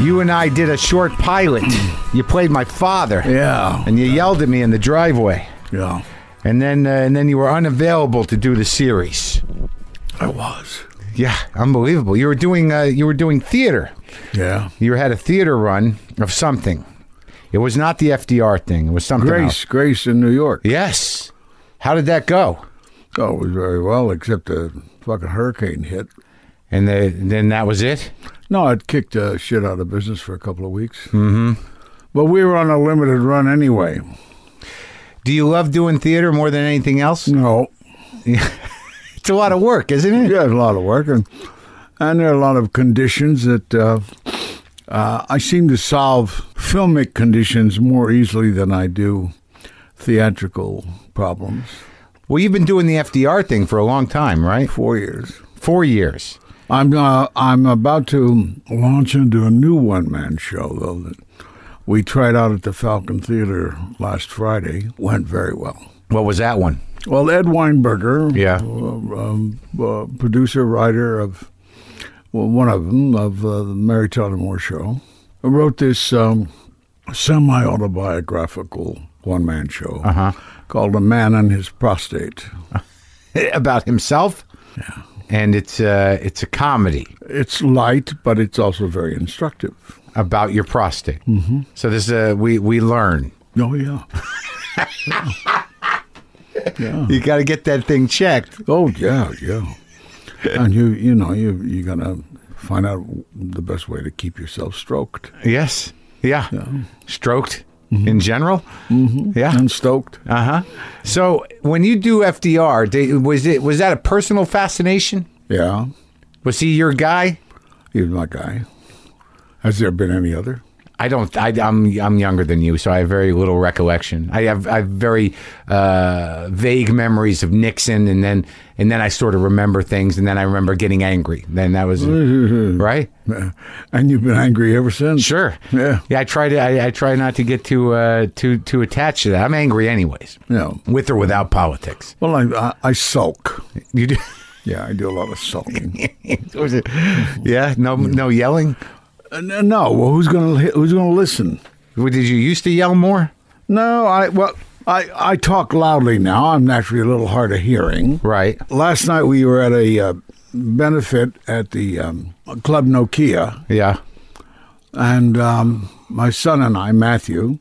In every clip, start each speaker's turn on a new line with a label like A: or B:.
A: you and I did a short pilot. you played my father.
B: Yeah.
A: And you yelled at me in the driveway.
B: Yeah.
A: And then uh, and then you were unavailable to do the series.
B: I was.
A: Yeah, unbelievable. You were doing uh, you were doing theater.
B: Yeah.
A: You had a theater run of something. It was not the FDR thing. It was something else.
B: Grace, Grace in New York.
A: Yes. How did that go?
B: Oh, it was very well, except a fucking hurricane hit.
A: And the, then that was it.
B: No, it kicked uh, shit out of business for a couple of weeks. Mm-hmm. But we were on a limited run anyway.
A: Do you love doing theater more than anything else?
B: No.
A: It's a lot of work, isn't it?
B: Yeah, it's a lot of work, and and there are a lot of conditions that uh, uh, I seem to solve filmic conditions more easily than I do theatrical problems.
A: Well, you've been doing the FDR thing for a long time, right?
B: Four years.
A: Four years.
B: I'm uh, I'm about to launch into a new one man show though that we tried out at the Falcon Theater last Friday. Went very well.
A: What was that one?
B: Well, Ed Weinberger,
A: Yeah.
B: uh, um, uh, producer, writer of well, one of them of uh, the Mary Tyler Moore Show, wrote this um, semi autobiographical one man show
A: Uh-huh.
B: called "A Man and His Prostate."
A: About himself. Yeah. And it's uh, it's a comedy
B: It's light, but it's also very instructive.
A: about your prostate. Mm-hmm. So this uh, we we learn.
B: Oh yeah,
A: You got to get that thing checked.
B: oh yeah, yeah. and you you know you you're gonna find out the best way to keep yourself stroked
A: Yes. Yeah. Stroked in general. Mm-hmm. Yeah.
B: and stoked.
A: Uh huh. So when you do FDR, they, was it was that a personal fascination?
B: Yeah.
A: Was he your guy?
B: He was my guy. Has there been any other?
A: I don't. I, I'm I'm younger than you, so I have very little recollection. I have I have very uh, vague memories of Nixon, and then and then I sort of remember things, and then I remember getting angry. Then that was right.
B: Uh, And you've been angry ever since.
A: Sure.
B: Yeah.
A: Yeah. I try to. I, I try not to get too uh, too too attached to that. I'm angry anyways,
B: No.
A: with or without politics.
B: Well, I, I, I sulk.
A: You do.
B: Yeah, I do a lot of sulking.
A: yeah. No. No yelling.
B: Uh, n- no, well, who's gonna li- who's gonna listen?
A: Well, Did you used to yell more?
B: No, I well, I I talk loudly now. I'm naturally a little hard of hearing.
A: Right.
B: Last night we were at a uh, benefit at the um, Club Nokia.
A: Yeah.
B: And um, my son and I, Matthew,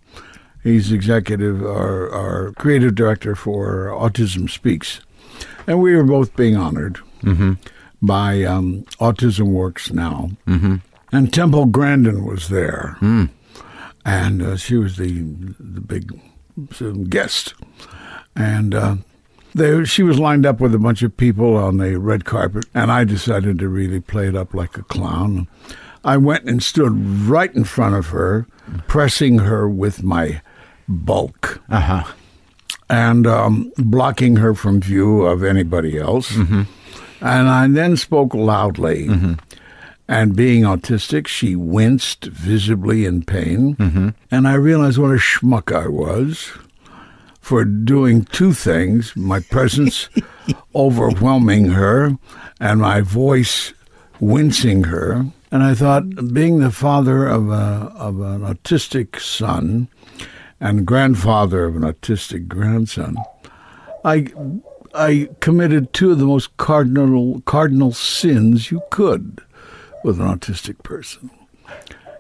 B: he's executive or, or creative director for Autism Speaks. And we were both being honored by um, Autism Works Now. Mm-hmm. And Temple Grandin was there. And uh, she was the, the big um, guest. And uh, they, she was lined up with a bunch of people on the red carpet. And I decided to really play it up like a clown. I went and stood right in front of her, pressing her with my bulk
A: Uh huh.
B: and um, blocking her from view of anybody else. And I then spoke loudly. And being autistic, she winced visibly in pain. And I realized what a schmuck I was for doing two things my presence overwhelming her, and my voice wincing her. And I thought, being the father of, a, of an autistic son, and grandfather of an autistic grandson, I I committed two of the most cardinal cardinal sins you could with an autistic person.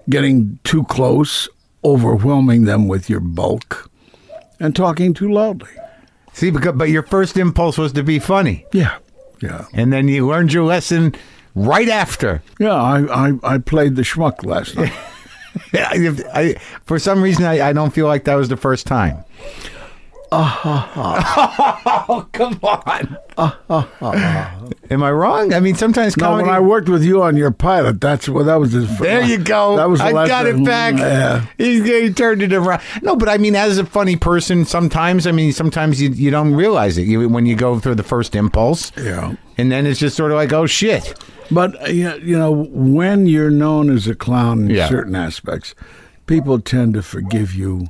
B: Getting too close, overwhelming them with your bulk, and talking too loudly.
A: See, because but your first impulse was to be funny.
B: Yeah. Yeah.
A: and then you learned your lesson right after.
B: Yeah, I, I, I played the schmuck last night.
A: I, I- for some reason, I, I don't feel like that was the first time.
B: Uh-huh.
A: oh, come on. Am I wrong? I mean, sometimes
B: No,
A: comedy.
B: when I worked with you on your pilot, that's what that was. His,
A: there you go.
B: That was the
A: I
B: last
A: got
B: time-
A: it back.
B: Yeah.
A: He, he turned it around. No, but I mean, as a funny person, sometimes I mean, sometimes you, you don't realize it you, when you go through the first impulse,
B: Yeah.
A: and then it's just sort of like, oh shit.
B: But uh, you know- you know, when you're known as a clown in
A: Yeah.
B: certain aspects, people tend to forgive you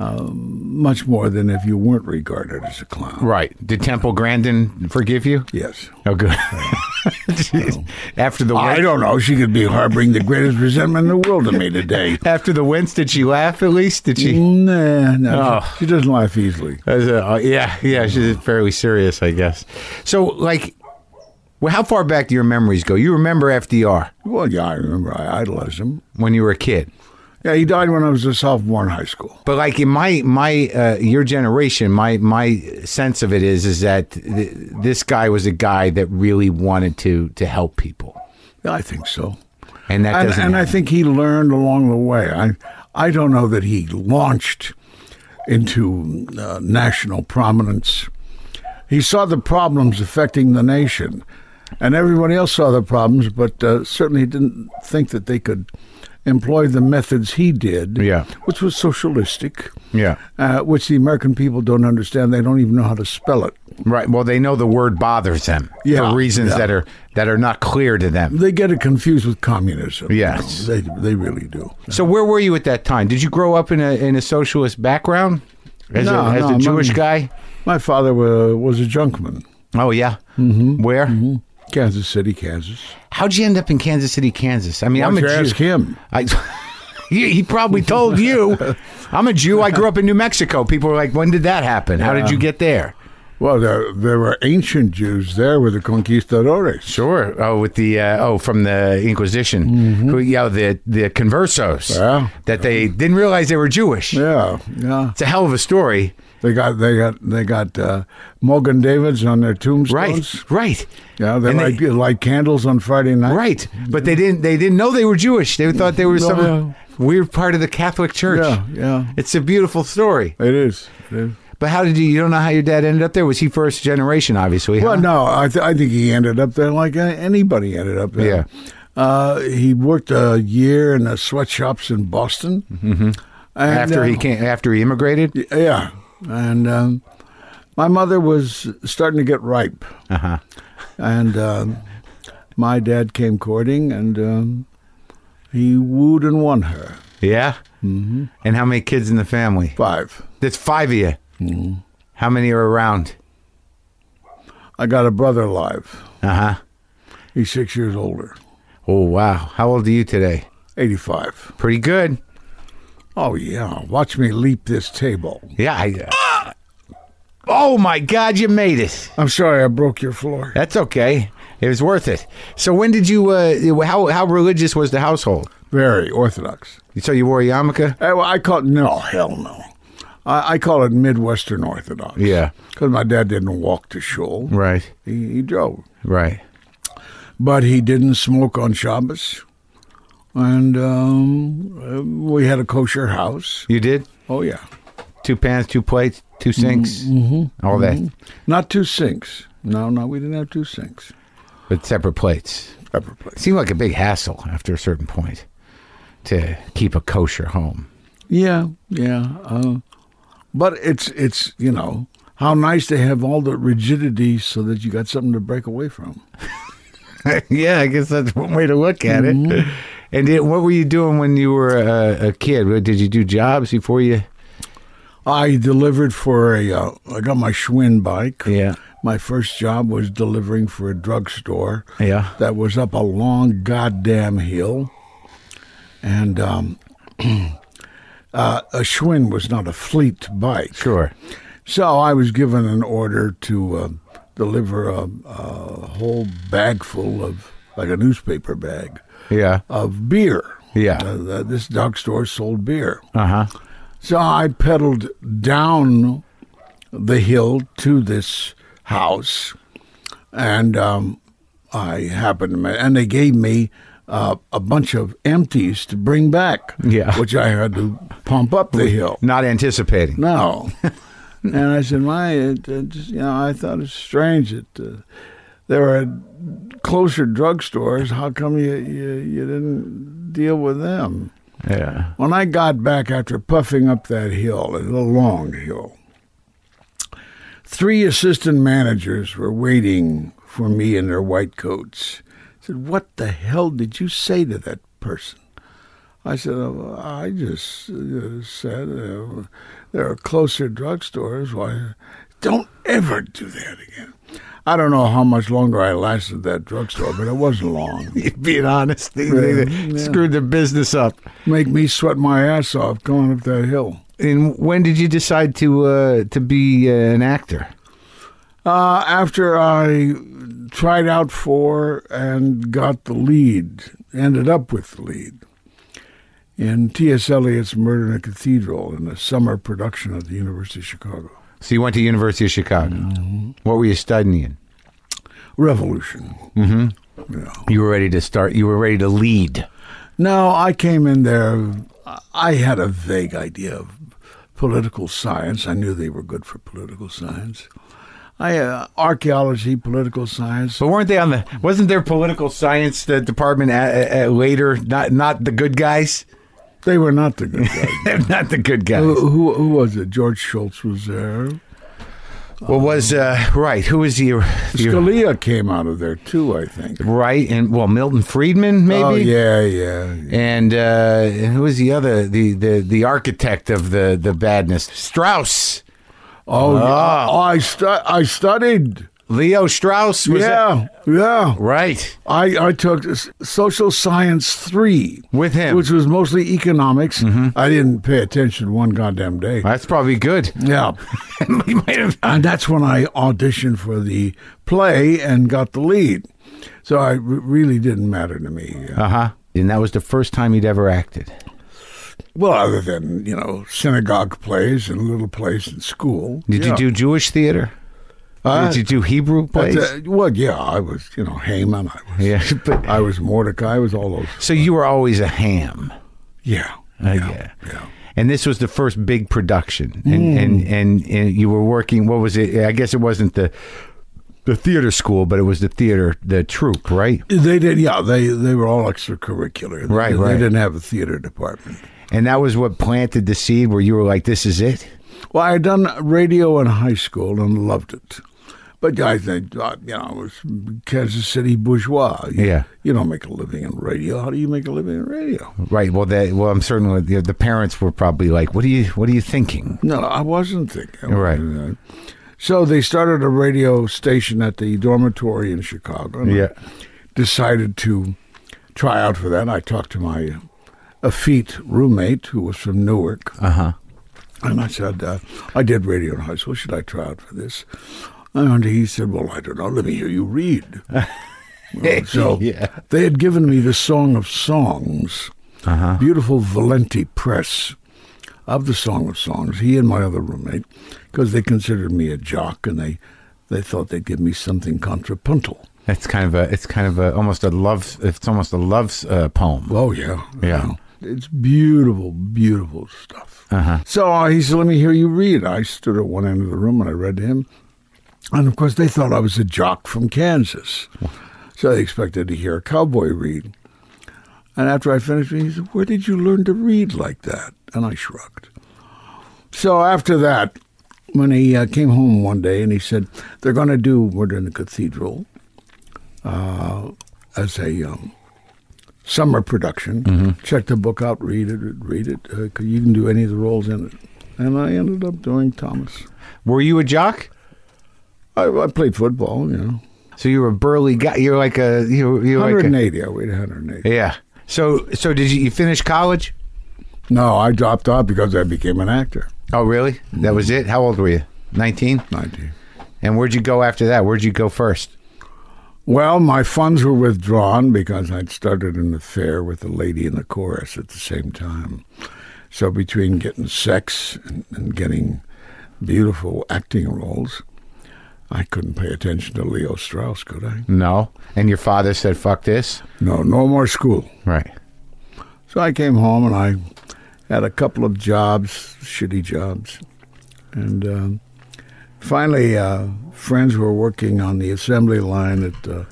B: um, much more than if you weren't regarded as a clown.
A: Right. Did Temple Grandin forgive you?
B: Yes.
A: Oh, good. Jeez. After the
B: Oh, I
A: win-
B: don't know. She could be harboring the greatest resentment in the world to me today.
A: after the wince, did she laugh? At least did
B: Mm-hmm.
A: she?
B: Nah, no,
A: Oh.
B: she, she doesn't laugh easily.
A: As a- uh, yeah, yeah.
B: Mm-hmm.
A: She's fairly serious, I guess. So, like, well, how far back do your memories go? You remember FDR
B: Well, yeah, I remember. I idolized him.
A: when you were a kid.
B: Yeah, he died when I was a sophomore in high school.
A: But like in my my uh, your generation, my my sense of it is is that th- this guy was a guy that really wanted to to help people,
B: Yeah, I think so.
A: and that
B: and
A: doesn't.
B: and I
A: happen.
B: think he learned along the way. I, I don't know that he launched into uh, national prominence. He saw the problems affecting the nation, and everybody else saw the problems, but uh, certainly didn't think that they could employ the methods he did,
A: Yeah.
B: which was socialistic,
A: yeah,
B: uh, which the American people don't understand. They don't even know how to spell it.
A: right. Well, they know the word bothers them
B: Yeah,
A: for reasons
B: yeah.
A: that are that are not clear to them.
B: They get it confused with communism. you
A: Yes.
B: know. they, they really do.
A: So where were you at that time? Did you grow up in a in a socialist background as
B: No,
A: a, as
B: no,
A: a
B: I'm-
A: Jewish guy?
B: My father wa was a junkman.
A: Oh yeah. Mm-hmm. Where?
B: Kansas City, Kansas.
A: How'd you end up in Kansas City, Kansas? I mean, I'm a
B: Why'd you
A: Jew.
B: ask him?
A: I, he, he probably told you, I'm a Jew. I grew up in New Mexico. People were like, when did that happen? How did you get there?
B: Well, there, there were ancient Jews there with the conquistadores.
A: Sure. Oh, with the uh, oh from the Inquisition, who yeah the the conversos
B: Yeah.
A: that they didn't realize they were Jewish.
B: Yeah, yeah.
A: It's a hell of a story,
B: They got they got they got uh, Morgan Davids on their
A: right?
B: tombstones.
A: Right.
B: Yeah, they
A: And they-
B: light, light candles on Friday night.
A: Right, but they didn't. They didn't know they were Jewish. They thought they were some
B: No.
A: weird part of the Catholic Church.
B: Yeah, yeah.
A: It's a beautiful story.
B: It is. It is.
A: But how did you? You don't know how your dad ended up there? Was he first generation? Obviously. huh?
B: Well, no, I, th- I think he ended up there like uh, anybody ended up there.
A: Yeah.
B: Uh, he worked a year in the sweatshops in Boston. Mm-hmm.
A: After he came, after he immigrated.
B: Yeah, and um, my mother was starting to get ripe,
A: Uh-huh.
B: and um, my dad came courting, and um, he wooed and won her.
A: Yeah. Mm-hmm. And how many kids in the family?
B: Five.
A: That's five of you. Mm-hmm. How many are around?
B: I got a brother alive.
A: Uh huh.
B: He's six years older,
A: Oh wow. How old are you today?
B: eighty-five.
A: Pretty good.
B: Oh yeah, watch me leap this table.
A: Yeah. I, oh my God! You made it.
B: I'm sorry I broke your floor.
A: That's okay. It was worth it. So when did you? Uh, how how religious was the household?
B: Very orthodox.
A: So you wore a yarmulke.
B: Eh, well, I call it no, hell no. I, I call it Midwestern Orthodox.
A: Yeah.
B: because my dad didn't walk to shul.
A: Right.
B: He, he drove.
A: Right.
B: but he didn't smoke on Shabbos. And um, we had a kosher house.
A: You did
B: Oh, yeah.
A: two pans, two plates, two sinks, all that,
B: Not two sinks. No, no, we didn't have two sinks.
A: but separate plates.
B: Separate place.
A: seemed like a big hassle after a certain point to keep a kosher home.
B: Yeah, yeah. Uh, but it's, it's you know, how nice to have all the rigidity so that you got something to break away from.
A: yeah, I guess that's one way to look at it. And it, what were you doing when you were a, a kid? What- Did you do jobs before you?
B: I delivered for a, uh, I got my Schwinn bike.
A: Yeah.
B: My first job was delivering for a drugstore.
A: Yeah.
B: that was up a long goddamn hill. And um, uh, a Schwinn was not a fleet bike.
A: Sure.
B: So I was given an order to uh, deliver a, a whole bag full of, like a newspaper bag,
A: Yeah.
B: of beer.
A: Yeah.
B: Uh, th- this dog store sold beer.
A: Uh huh.
B: So I pedaled down the hill to this house, and um, I happened to, ma- and they gave me uh, a bunch of empties to bring back,
A: Yeah.
B: which I had to pump up the hill.
A: Not anticipating.
B: No, and I said, "My, it, it just, you know, I thought it's strange that uh, there are closer drugstores. How come you, you you didn't deal with them?"
A: Yeah.
B: When I got back after puffing up that hill, it was a long hill, three assistant managers were waiting for me in their white coats. I said, What the hell did you say to that person? I said, "Oh, I just uh, said, uh, There are closer drugstores. Why? Don't ever do that again. I don't know how much longer I lasted at that drugstore, but it wasn't long.
A: Being honest, they, they- they
B: Yeah.
A: screwed their business up.
B: Make me sweat my ass off going up that hill.
A: And when did you decide to uh, to be uh, an actor?
B: Uh, after I tried out for and got the lead, ended up with the lead in T.S. Eliot's Murder in a Cathedral in a summer production at the University of Chicago.
A: So you went to University of Chicago. What were you studying?
B: Revolution.
A: You were ready to start. You were ready to lead.
B: No, I came in there. I had a vague idea of political science. I knew they were good for political science. I uh, archaeology, political science.
A: But weren't they on the? Wasn't there political science the department at, at, later? Not not the good guys.
B: They were not the good guys.
A: They're not the good guys.
B: who, who, who was it? George Schultz was there.
A: Well, was uh, right? Who was your, your
B: Scalia came out of there too, I think.
A: right? And well, Milton Friedman maybe.
B: Oh yeah, yeah. yeah.
A: And uh, who was the other? The, the the architect of the the badness, Strauss.
B: Oh, yeah. I stu- I studied.
A: Leo Strauss was that-
B: yeah, yeah.
A: right
B: I, I took s- social science three
A: with him.
B: which was mostly economics.
A: Mm-hmm.
B: I didn't pay attention one goddamn day.
A: That's probably good.
B: Yeah,
A: He might have-
B: and that's when I auditioned for the play and got the lead. So I r- really didn't matter to me.
A: Uh huh. And that was the first time he'd ever acted.
B: Well, other than you know synagogue plays and little plays in school.
A: Did
B: Yeah.
A: you do Jewish theater?
B: Uh,
A: Did you do Hebrew
B: But,
A: plays?
B: uh, well, yeah, I was you know Haman. I was
A: yeah. But,
B: I was Mordecai. I was all those.
A: so you were always a ham.
B: Yeah,
A: Uh,
B: yeah, Hmm.
A: yeah.
B: yeah.
A: And this was the first big production, and, and, and and you were working. What was it? I guess it wasn't the the theater school, but it was the theater, the troupe, right?
B: They did. Yeah, they they were all extracurricular. They-
A: Right,
B: they,
A: right.
B: didn't have a theater department.
A: And that was what planted the seed where you were like, "This is it."
B: Well, I had done radio in high school and loved it. But I think, uh, you know, I was Kansas City bourgeois. You,
A: Yeah.
B: You don't make a living in radio. How do you make a living in radio?
A: Right. Well, that. Well, I'm certainly the, the parents were probably like, "What are you? What are you thinking?"
B: No, I wasn't thinking.
A: Right.
B: Uh, So they started a radio station at the dormitory in Chicago. and I
A: Yeah.
B: Decided to try out for that. I talked to my effete roommate who was from Newark.
A: Uh huh.
B: And I said, uh, I did radio in high school. Should I try out for this? And he said, Well, I don't know. Let me hear you read. Well, so
A: Yeah.
B: they had given me the Song of Songs, beautiful Valenti press of the Song of Songs, he and my other roommate, because they considered me a jock and they, they thought they'd give me something contrapuntal.
A: That's kind of a. It's kind of a almost a love. It's almost a love uh, poem.
B: Oh, yeah.
A: Yeah.
B: It's beautiful, beautiful stuff.
A: Uh-huh.
B: So uh, he said, Let me hear you read. I stood at one end of the room and I read to him. And of course, they thought I was a jock from Kansas. So they expected to hear a cowboy read. And after I finished reading, he said, Where did you learn to read like that? And I shrugged. So after that, when he uh, came home one day and he said, They're going to do Murder in the Cathedral uh, as a. Um, summer production.
A: Mm-hmm.
B: Check the book out, read it, read it. Uh, 'cause you can do any of the roles in it. And I ended up doing Thomas.
A: Were you a jock?
B: I, I played football, you know.
A: So you were a burly guy. You're like a. You you like a.
B: 180, I weighed 180.
A: Yeah. So so did you, you finish college?
B: No, I dropped out because I became an actor.
A: Oh really? That was it. How old were you? Nineteen.
B: 90.
A: And where'd you go after that? Where'd you go first?
B: Well, my funds were withdrawn because I'd started an affair with a lady in the chorus at the same time. So between getting sex and, and getting beautiful acting roles, I couldn't pay attention to Leo Strauss, could I?
A: No. And your father said, "Fuck this."
B: No, no more school.
A: Right.
B: So I came home and I had a couple of jobs, shitty jobs. And um finally, uh, friends were working on the assembly line at uh,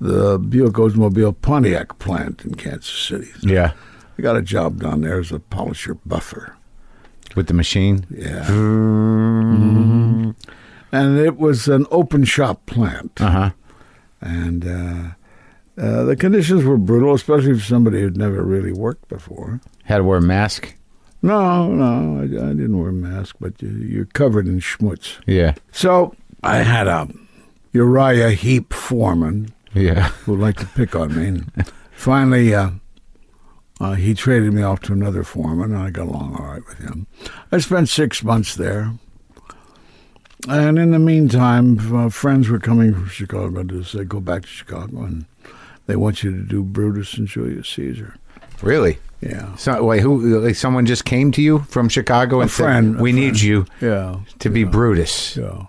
B: the Buick Oldsmobile Pontiac plant in Kansas City.
A: Yeah.
B: I got a job down there as a polisher buffer.
A: With the machine.
B: Yeah.
A: Mm-hmm.
B: And it was an open shop plant.
A: Uh huh.
B: And uh, uh, the conditions were brutal, especially for somebody who'd never really worked before.
A: Had to wear a mask.
B: No, no, I, I didn't wear a mask, but you, you're covered in schmutz.
A: Yeah.
B: So I had a Uriah Heep foreman
A: Yeah.
B: who liked to pick on me. And finally, uh, uh, he traded me off to another foreman, and I got along all right with him. I spent six months there. And in the meantime, uh, friends were coming from Chicago to say, go back to Chicago, and they want you to do Brutus and Julius Caesar.
A: Really?
B: Yeah.
A: So wait, who? Like someone just came to you from Chicago and
B: friend,
A: said,
B: a
A: "We need you
B: Yeah.
A: to be Brutus."
B: Yeah.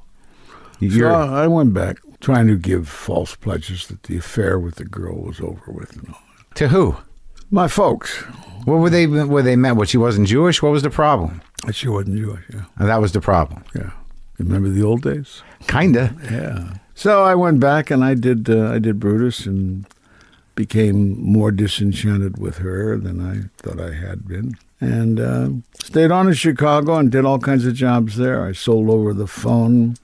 A: You're,
B: so I I went back trying to give false pledges that the affair with the girl was over with and all.
A: to who?
B: My folks.
A: What were they? Were they met? What she wasn't Jewish? What was the problem?
B: She wasn't Jewish, yeah.
A: And that was the problem.
B: Yeah. Remember the old days?
A: Kinda.
B: Yeah. So I went back and I did uh, I did Brutus and became more disenchanted with her than I thought I had been. And uh, stayed on in Chicago and did all kinds of jobs there. I sold over the phone.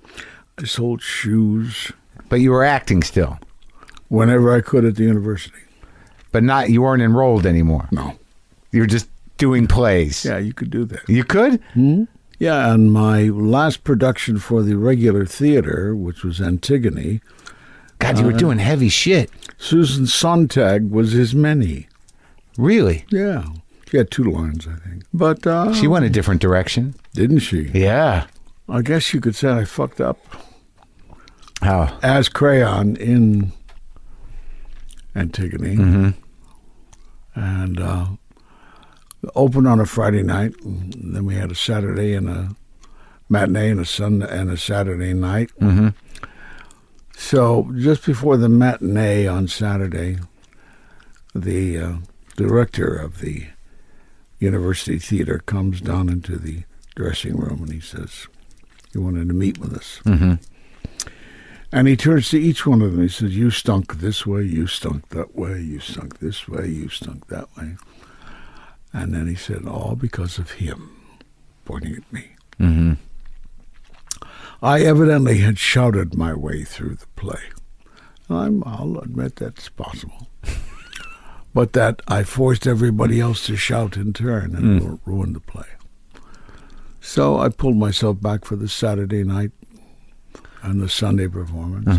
B: I sold shoes
A: But you were acting still,
B: whenever I could at the university.
A: but not. You weren't enrolled anymore.
B: No.
A: You were just doing plays.
B: Yeah, you could do that.
A: You could.
B: Yeah, and my last production for the regular theater, which was Antigone,
A: God, you were
B: Uh-huh.
A: doing heavy shit.
B: Susan Sontag was his many.
A: Really.
B: Yeah. She had two lines, I think. But uh,
A: She went a different direction.
B: didn't she?
A: Yeah.
B: I guess you could say I fucked up
A: How?
B: as Crayon in Antigone. And uh, opened on a Friday night. and then we had a Saturday and a matinee and a Sunday and a Saturday night. Mm-hmm. So just before the matinee on Saturday, the uh, director of the University Theater comes down into the dressing room and he says, "He wanted to meet with us." And he turns to each one of them. He says, You stunk this way, you stunk that way, you stunk this way, you stunk that way. And then he said, All because of him, pointing at me. Mm-hmm. I evidently had shouted my way through the play. I'm, I'll admit that's possible. but that I forced everybody else to shout in turn and ru- ruined the play. So I pulled myself back for the Saturday night and the Sunday performance.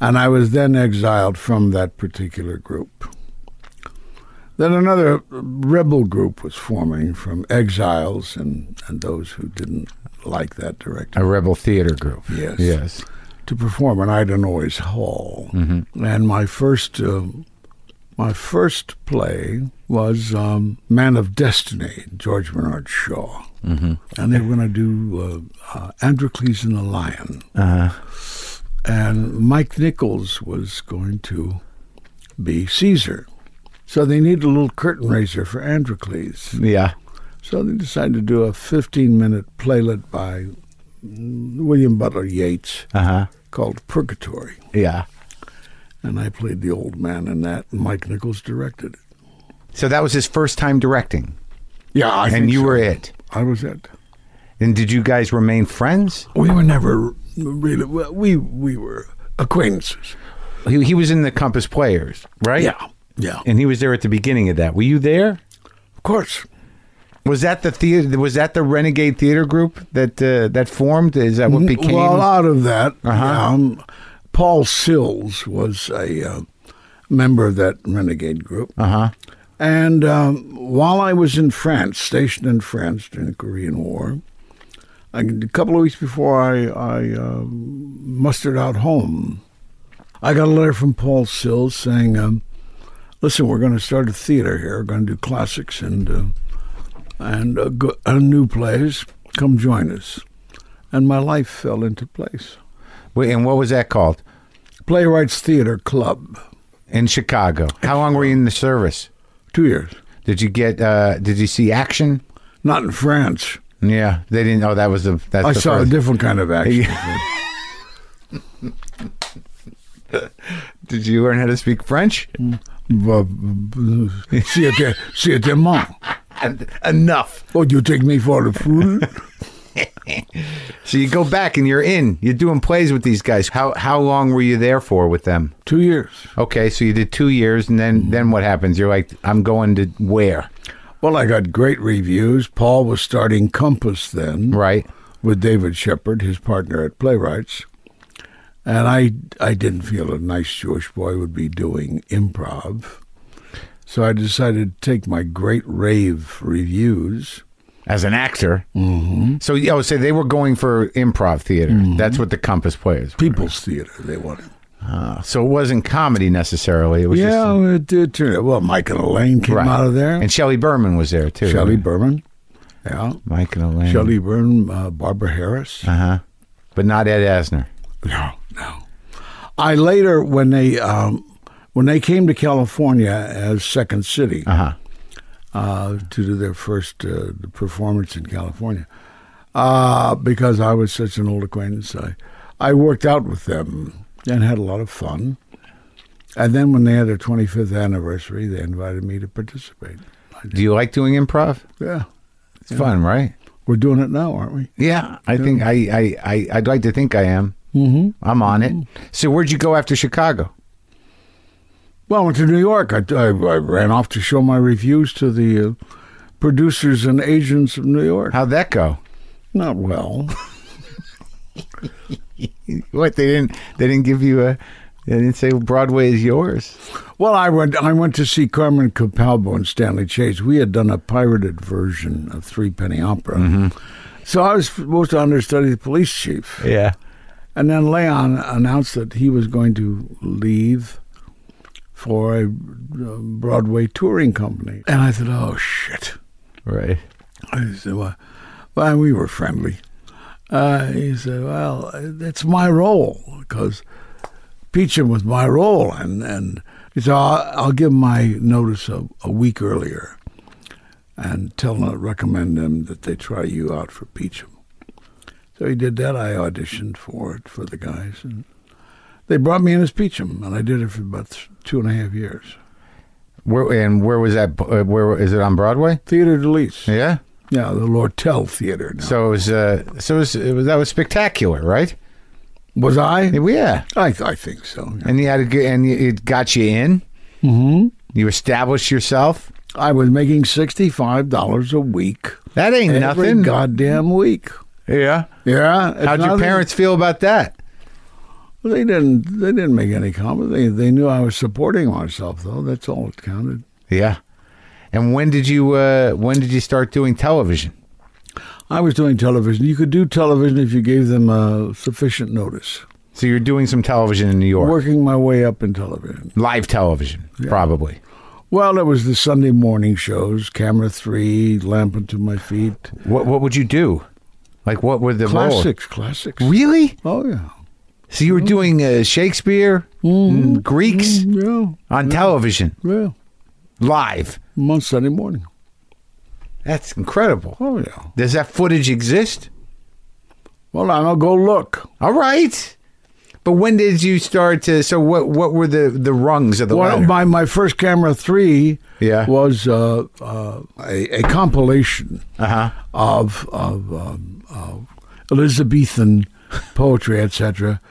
B: And I was then exiled from that particular group. Then another rebel group was forming from exiles and, and those who didn't like that director
A: A rebel theater group.
B: Yes.
A: Yes.
B: to perform in Idenois Hall. And my first uh, my first play was um, Man of Destiny, George Bernard Shaw. Mm-hmm. And they were going to do uh, uh, Androcles and the Lion.
A: Uh,
B: and Mike Nichols was going to be Caesar. So they needed a little curtain raiser for Androcles.
A: yeah.
B: So they decided to do a 15 minute playlet by mm, William Butler Yeats
A: Uh huh.
B: called Purgatory.
A: Yeah.
B: And I played the old man in that. and Mike Nichols directed it.
A: So that was his first time directing,
B: Yeah, I
A: and you were it.
B: I was it.
A: And did you guys remain friends?
B: We were never really. We we were acquaintances.
A: He, he was in the Compass Players, right?
B: Yeah, yeah.
A: And he was there at the beginning of that. Were you there?
B: Of course.
A: Was that the theater? Was that the Renegade Theater Group that uh, that formed? Is that what became?
B: Well, out of that, um, Paul Sills was a uh, member of that renegade group.
A: uh huh.
B: And um, while I was in France, stationed in France during the Korean War, I, a couple of weeks before I, I uh, mustered out home, I got a letter from Paul Sills saying, um, "Listen, we're going to start a theater here. We're going to do classics and uh, and uh, go, uh, new plays. Come join us." And my life fell into place.
A: Wait, and what was that called?
B: Playwrights Theater Club,
A: In Chicago. How long were you in the service?
B: two years,
A: Did you get? Uh, did you see action?
B: not in France.
A: Yeah, they didn't. Oh, that was the. That's
B: I
A: the
B: saw a
A: first.
B: different kind of action.
A: Did you learn how to speak French?
B: C'était, c'était moi.
A: En- Enough.
B: Oh, you take me for a fool?
A: So you go back and you're in. You're doing plays with these guys. How how long were you there for with them?
B: Two years.
A: Okay, so you did two years, and then then what happens? You're like, I'm going to where?
B: Well, I got great reviews. Paul was starting Compass then
A: Right.
B: with David Shepard, his partner at Playwrights. And I, I didn't feel a nice Jewish boy would be doing improv. So I decided to take my great rave reviews.
A: As an actor. Mm-hmm. So, oh, so they were going for improv theater.
B: Mm-hmm.
A: That's what the Compass plays.
B: People's theater, they wanted.
A: So it wasn't comedy necessarily. It was just.
B: Yeah, it did turn out. Well, Mike and Elaine came
A: Right.
B: out of there.
A: And Shelley Berman was there too.
B: Shelley Berman. Yeah.
A: Mike and Elaine.
B: Shelley Berman, uh, Barbara Harris.
A: Uh huh. But not Ed Asner.
B: No, no. I later, when they um, when they came to California as Second City
A: Uh huh.
B: uh, to do their first uh, performance in California, uh, because I was such an old acquaintance, I I worked out with them and had a lot of fun. And then when they had their 25th anniversary, they invited me to participate. I-
A: Do you like doing improv?
B: Yeah,
A: It's fun, right?
B: we're doing it now, aren't we?
A: Yeah, I think I, I, I I'd like to think I am.
B: Mm-hmm.
A: I'm on it. So where'd you go after Chicago?
B: Well, I went to New York. I, I, I ran off to show my reviews to the uh, producers and agents of New York.
A: How'd that go?
B: Not well.
A: What they didn't they didn't give you a they didn't say Broadway is yours.
B: well, I went. I went to see Carmen Capalbo and Stanley Chase. We had done a pirated version of Three Penny Opera. So I was supposed to understudy the police chief,
A: Yeah.
B: and then Leon announced that he was going to leave for a uh, Broadway touring company. And I thought, oh shit.
A: Right.
B: I said, well, well we were friendly. Uh, he said, well, that's my role because Peachum was my role. And, and he said, I'll, I'll give my notice a, a week earlier and tell them, recommend them that they try you out for Peachum. So he did that. I auditioned for it for the guys. And they brought me in as Peachum, and I did it for about th- two and a half years.
A: Where and where was that? Uh, where is it on Broadway?
B: Theater Delice. Yeah,
A: Yeah.
B: the Lortel Theater now.
A: So it was. Uh, so it was, it was. That was spectacular, right?
B: was I?
A: Yeah.
B: I, I think so. yeah.
A: And you had a good, and it got you in.
B: hmm
A: You established yourself.
B: I was making sixty-five dollars a week,
A: That ain't
B: every
A: nothing.
B: goddamn week.
A: yeah.
B: Yeah, it's
A: How'd your
B: nothing.
A: parents feel about that?
B: They didn't. They didn't make any comment. They they knew I was supporting myself, though. That's all it counted.
A: Yeah. And when did you uh, when did you start doing television?
B: I was doing television. You could do television if you gave them uh, sufficient notice.
A: So you're doing some television in New York,
B: Working my way up in television.
A: live television, probably.
B: Well, it was the Sunday morning shows, Camera Three, Lamp Unto My Feet,
A: What what would you do? Like what were the roles?
B: classics, classics.
A: Really?
B: Oh yeah,
A: So you were doing uh, Shakespeare, mm, Greeks
B: yeah,
A: on television
B: Mm, yeah.
A: live.
B: On Sunday morning.
A: That's incredible.
B: Oh yeah.
A: Does that footage exist?
B: Well, now I'll go look.
A: All right. But when did you start to? So what? What were the the rungs of the
B: Well,
A: ladder?
B: my, my first camera three
A: Yeah.
B: was uh, uh, a, a compilation
A: Uh huh.
B: of of um, uh, Elizabethan poetry, etc.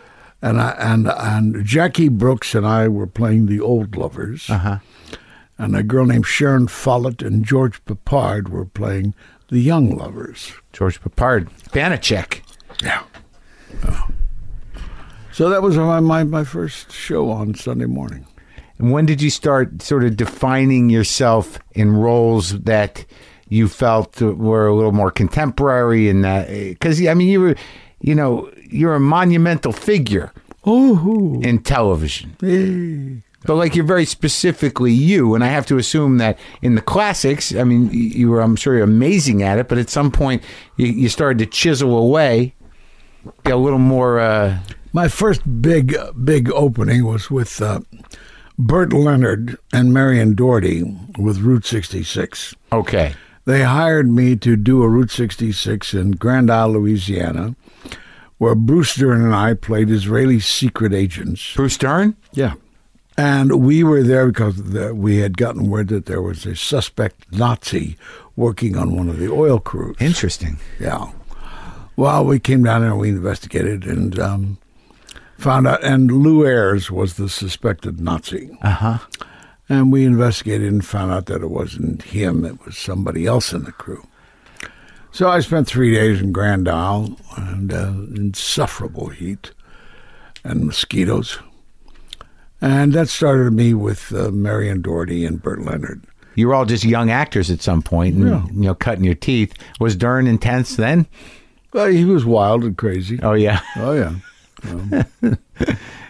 B: And I, and and Jackie Brooks and I were playing the old lovers,
A: Uh-huh.
B: and a girl named Sharon Follett and George Papard were playing the young lovers.
A: George Papard, Banachek.
B: Yeah. So that was my, my, my first show on Sunday morning.
A: And when did you start sort of defining yourself in roles that you felt were a little more contemporary and that because I mean you were you know you're a monumental figure
B: Oh,
A: in television
B: hey.
A: but like you're very specifically you and I have to assume that in the classics I mean y- you were I'm sure you're amazing at it but at some point you, you started to chisel away be a little more uh,
B: My first big big opening was with uh, Burt Leonard and Marion Doherty with Route 66.
A: okay
B: They hired me to do a Route 66 in Grand Isle, Louisiana, where Bruce Dern and I played Israeli secret agents.
A: Bruce Dern
B: Yeah. And we were there because the, we had gotten word that there was a suspect Nazi working on one of the oil crews.
A: interesting
B: Yeah. Well, we came down there and we investigated and um, found out. And Lou Ayres was the suspected Nazi.
A: uh huh
B: And we investigated and found out that it wasn't him, it was somebody else in the crew. So I spent three days in Grand Isle and uh, insufferable heat and mosquitoes. And that started me with uh, Marion Doherty and Burt Leonard.
A: You were all just young actors at some point, and, you know, cutting your teeth. Was Dern intense then?
B: Well, he was wild and crazy.
A: Oh yeah.
B: Oh, yeah.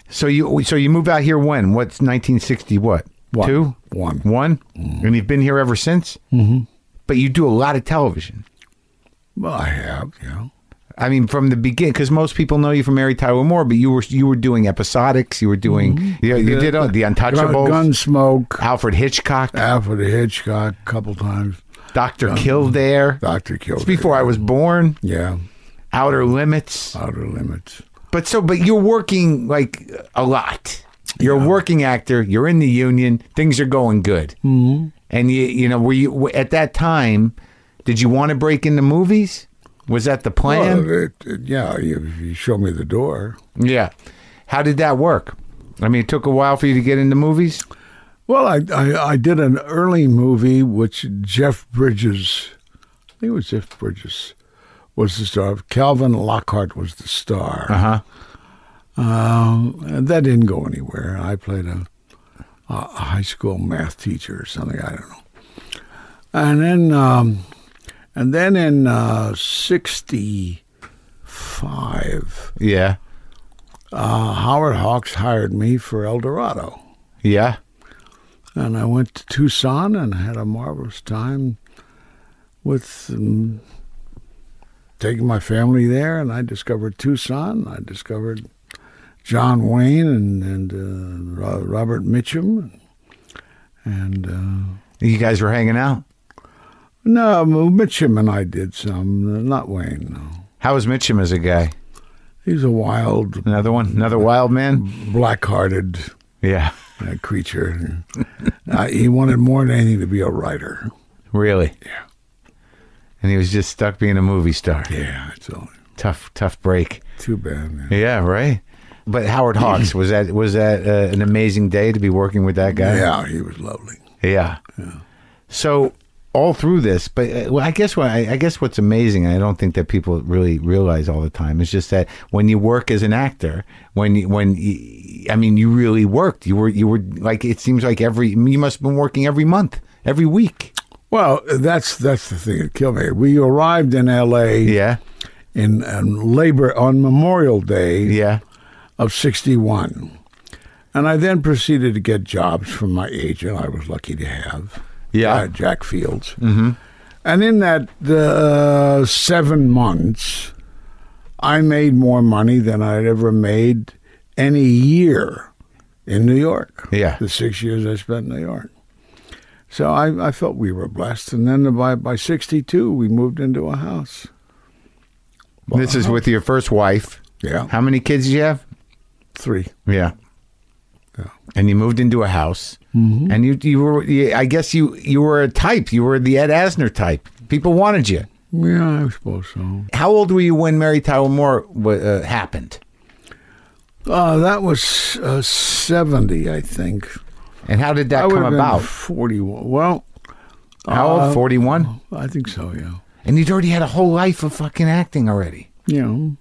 A: So you so you moved out here when? What's 1960? What?
B: One.
A: Two?
B: One.
A: One? And you've been here ever since. Mm-hmm. But you do a lot of television.
B: Well, I have, yeah.
A: I mean, from the beginning, because most people know you from Mary Tyler Moore, but you were you were doing episodics. You were doing you, you did uh, the Untouchables,
B: Gunsmoke,
A: Alfred Hitchcock,
B: Alfred Hitchcock, a couple times.
A: Doctor Kildare.
B: Doctor Kildare.
A: It's before I was born.
B: Yeah,
A: Outer Limits.
B: Outer Limits.
A: But so, but you're working like a lot. You're a working actor. You're in the union. Things are going good. Mm-hmm. And you, you know, were you at that time? Did you want to break into movies? Was that the plan?
B: Well, it- it- yeah, you, you show me the door.
A: yeah. How did that work? I mean, it took a while for you to get into movies.
B: Well, I, I, I did an early movie which Jeff Bridges, I think it was Jeff Bridges, was the star. of. Calvin Lockhart was the star.
A: huh.
B: Um, and that didn't go anywhere. I played a, a a high school math teacher or something. I don't know. And then, um, and then in uh, '65,
A: Yeah.
B: uh, Howard Hawks hired me for El Dorado,
A: Yeah.
B: and I went to Tucson and had a marvelous time with. Um, Taking my family there, and I discovered Tucson. I discovered John Wayne and and uh, Ro- Robert Mitchum, and uh,
A: You guys were hanging out.
B: no Mitchum and I did some, not Wayne. No.
A: How was Mitchum as a guy?
B: He's a wild,
A: Another one. Another wild man.
B: black-hearted
A: Yeah.
B: uh, creature. uh, he wanted more than anything to be a writer.
A: Really.
B: Yeah.
A: And he was just stuck being a movie star.
B: Yeah, it's all
A: Tough, tough break.
B: too bad. man.
A: Yeah, right. But Howard Hawks was that was that uh, an amazing day to be working with that guy?
B: Yeah, he was lovely.
A: yeah. So all through this, but uh, well, I guess what I, I guess what's amazing, and I don't think that people really realize all the time, is just that when you work as an actor, when you, when you, I mean, you really worked. You were you were like it seems like every you must have been working every month, every week.
B: Well, that's that's the thing that killed me. We arrived in L.A.
A: Yeah,
B: in, in labor on Memorial Day.
A: yeah,
B: of 61. And I then proceeded to get jobs from my agent I was lucky to have.
A: Yeah.
B: uh, Jack Fields. Mm-hmm. And in that uh, seven months, I made more money than I'd ever made any year in New York.
A: Yeah.
B: The six years I spent in New York. So I, I felt we were blessed. And then by, by 62, we moved into a house.
A: this is with your first wife.
B: Yeah.
A: How many kids do you have?
B: Three.
A: Yeah.
B: Yeah. Mm-hmm.
A: And you moved into a house, and you you were you, I guess you you were a type. You were the Ed Asner type. People wanted you.
B: Yeah, I suppose so.
A: How old were you when Mary Tyler Moore wa- uh, happened?
B: Uh, that was uh, 70, I think.
A: And how did that
B: I would
A: come
B: have been
A: about?
B: 41. Well,
A: How old?
B: uh,
A: Forty one.
B: I think so, yeah.
A: And you'd already had a whole life of fucking acting already.
B: You know,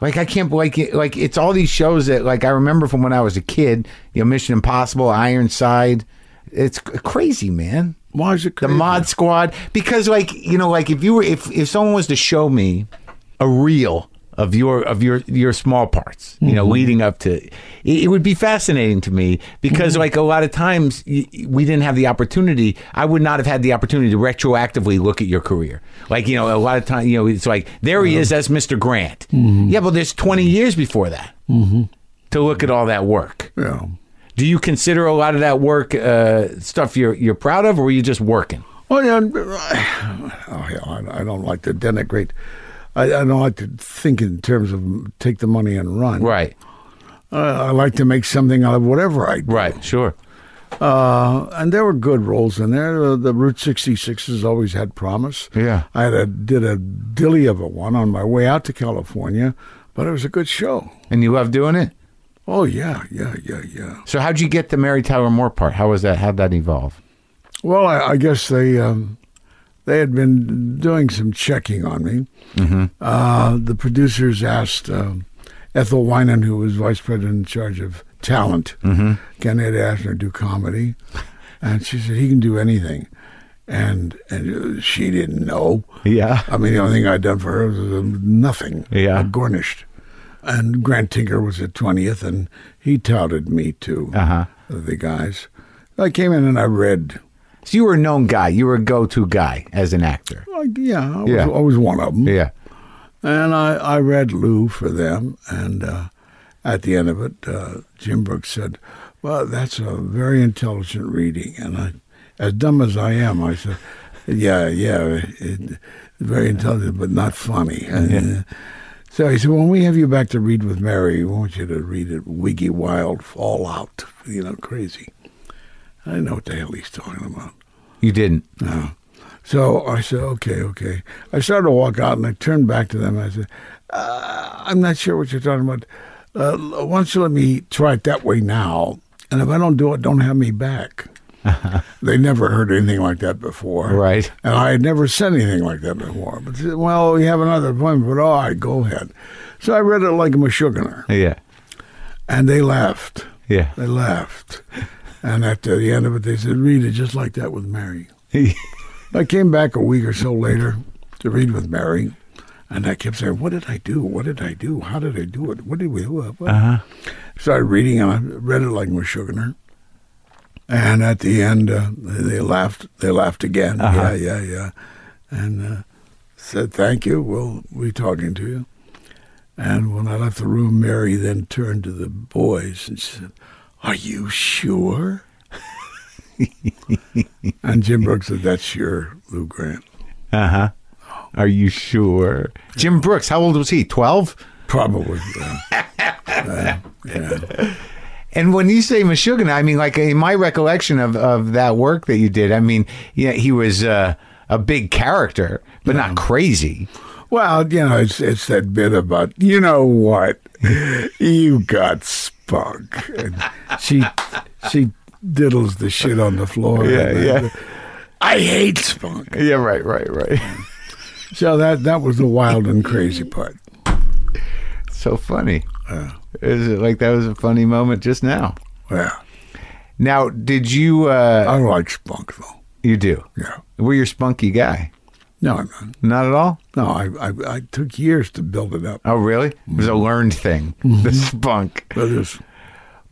A: Like I can't like it- like it's all these shows that like I remember from when I was a kid. You know, Mission Impossible, Ironside. It's c- crazy, man.
B: why is it
A: the
B: crazy?
A: mod squad because like you know like if you were if if someone was to show me a reel of your of your your small parts you know leading up to it, it would be fascinating to me because like a lot of times y- we didn't have the opportunity i would not have had the opportunity to retroactively look at your career like you know a lot of time you know it's like there he is that's mr grant yeah but there's 20 years before that to look at all that work
B: Yeah.
A: do you consider a lot of that work uh, stuff you're you're proud of or were you just working
B: Well, yeah, and- oh, hell, I, I don't like to denigrate. I, I don't like to think in terms of take the money and run.
A: Right.
B: Uh, I like to make something out of whatever I do.
A: Right. Sure.
B: Uh, and there were good roles in there. The, the Route 66s always had promise.
A: Yeah.
B: I had a, did a dilly of a one on my way out to California, but it was a good show.
A: And you love doing it?
B: Oh yeah, yeah, yeah, yeah.
A: So how'd you get the Mary Tyler Moore part? How was that? How'd that evolve?
B: Well, I, I guess they um, they had been doing some checking on me. Uh, the producers asked um, Ethel Winan, who was vice president in charge of talent, can Ed Asner do comedy? And she said he can do anything. And and uh, she didn't know.
A: Yeah.
B: I mean, the only thing I'd done for her was uh, nothing.
A: Yeah.
B: Uh, Gornished. And Grant Tinker was at 20th, and he touted me to
A: Uh-huh.
B: the guys. I came in and I read.
A: So you were a known guy. You were a go-to guy as an actor.
B: Like, yeah, I was,
A: Yeah.
B: I was one of them.
A: Yeah.
B: And I, I read Lou for them. And uh, at the end of it, uh, Jim Brooks said, Well, that's a very intelligent reading. And I, as dumb as I am, I said, Yeah, yeah, it, very intelligent, but not funny. And, uh, so he said, When we have you back to read with Mary, we want you to read it Wiggy Wild, Fallout, you know, crazy. I didn't know what the hell he's talking about.
A: You didn't.
B: So I said, okay, okay. I started to walk out and I turned back to them and I said, uh, I'm not sure what you're talking about. Uh, l- why don't you let me try it that way now? And if I don't do it, don't have me back. they never heard anything like that before.
A: Right.
B: And I had never said anything like that before. But they said, well, we have another appointment, but oh, all right, go ahead. So I read it like a Meshuggah,
A: Yeah.
B: and they laughed.
A: Yeah.
B: They laughed. and after the end of it, they said, read it just like that with Mary. I came back a week or so later to read with Mary, and I kept saying, "What did I do? What did I do? How did I do it? What did we do?" What?
A: Uh-huh.
B: Started reading, and I read it like Meshuggah. And at the end, uh, they laughed. They laughed again.
A: Uh-huh.
B: Yeah, yeah, yeah, and uh, said, "Thank you. We'll be talking to you." And when I left the room, Mary then turned to the boys and she said, "Are you sure?" and Jim Brooks said, "That's your Lou Grant."
A: Uh-huh. Are you sure? Jim Brooks, how old was he? 12?
B: Probably. Yeah. Uh, yeah.
A: And when you say Meshuggah, I mean, like in my recollection of, of that work that you did, I mean, yeah, he was uh, a big character, but not crazy.
B: Well, you know, it's it's that bit about you know what, you got spunk. And she she diddles the shit on the floor. And, uh, I hate spunk.
A: Yeah, right, right, right.
B: So that that was the wild and crazy part.
A: so funny. Is it like that was a funny moment just now?
B: Well,
A: Now, did you, uh,
B: I like spunk though.
A: you do?
B: Yeah.
A: Were you a spunky guy?
B: No, I'm not.
A: Not at all?
B: No, I, I I took years to build it up.
A: Oh, really? It was a learned thing, the spunk.
B: But it's-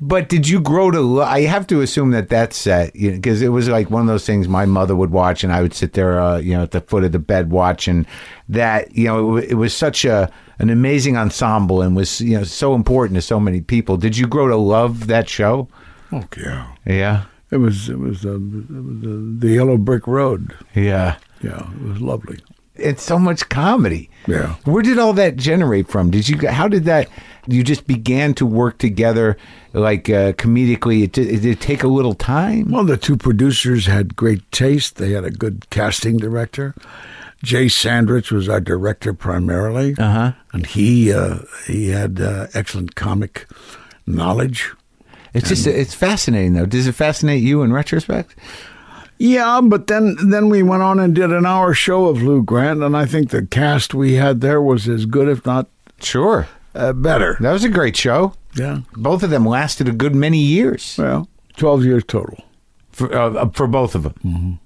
A: But did you grow to? Lo- I have to assume that that set, you know, because it was like one of those things my mother would watch, and I would sit there, uh, you know, at the foot of the bed watching. That you know, it, wa- it was such a an amazing ensemble, and was you know so important to so many people. Did you grow to love that show?
B: okay. yeah.
A: Yeah,
B: It was it was, uh, it was uh, the yellow brick road.
A: yeah.
B: Yeah, it was lovely.
A: It's so much comedy.
B: Yeah.
A: Where did all that generate from? Did you? How did that? You just began to work together, like uh, comedically. It, did it take a little time?
B: Well, the two producers had great taste. They had a good casting director. Jay Sandrich was our director primarily,
A: Uh-huh.
B: and he uh, he had uh, excellent comic knowledge.
A: It's just it's fascinating though. Does it fascinate you in retrospect?
B: Yeah, but then then we went on and did an hour show of Lou Grant, and I think the cast we had there was as good, if not
A: Sure.
B: uh, better.
A: That was a great show.
B: Yeah.
A: Both of them lasted a good many years
B: Well, twelve years total.
A: for, uh, for both of them.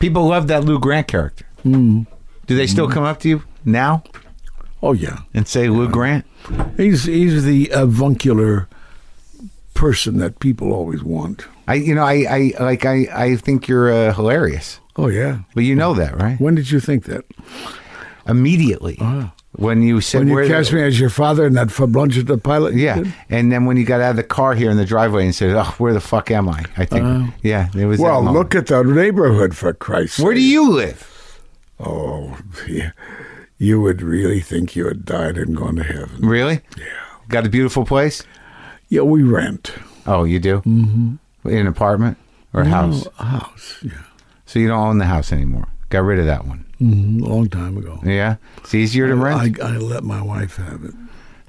A: People love that Lou Grant character. Do they still come up to you now
B: Oh yeah,
A: and say Lou Grant?
B: he's he's the avuncular person that people always want.
A: I you know I, I like I I think you're uh, hilarious.
B: Oh yeah.
A: Well, you know that, right?
B: When did you think that?
A: Immediately when you said
B: Ah. When you
A: where-
B: cast me as your father in that Fablunge the pilot? you
A: Yeah,
B: did?
A: and then when you got out of the car here in the driveway and said, "Oh, where the fuck am I?" I think, yeah, it was. that
B: Uh-huh. Well,
A: moment.
B: look at the neighborhood for Christ's
A: where do
B: sake.
A: you live?
B: Oh, yeah. you would really think you had died and gone to heaven.
A: Really?
B: Yeah.
A: Got a beautiful place?
B: Yeah, we rent
A: Oh, you do? Mm-hmm. In an apartment or a house?
B: a house. Yeah,
A: So you don't own the house anymore. Got rid of that one.
B: mm, a long time ago.
A: Yeah. It's easier to rent.
B: I, I let my wife have it.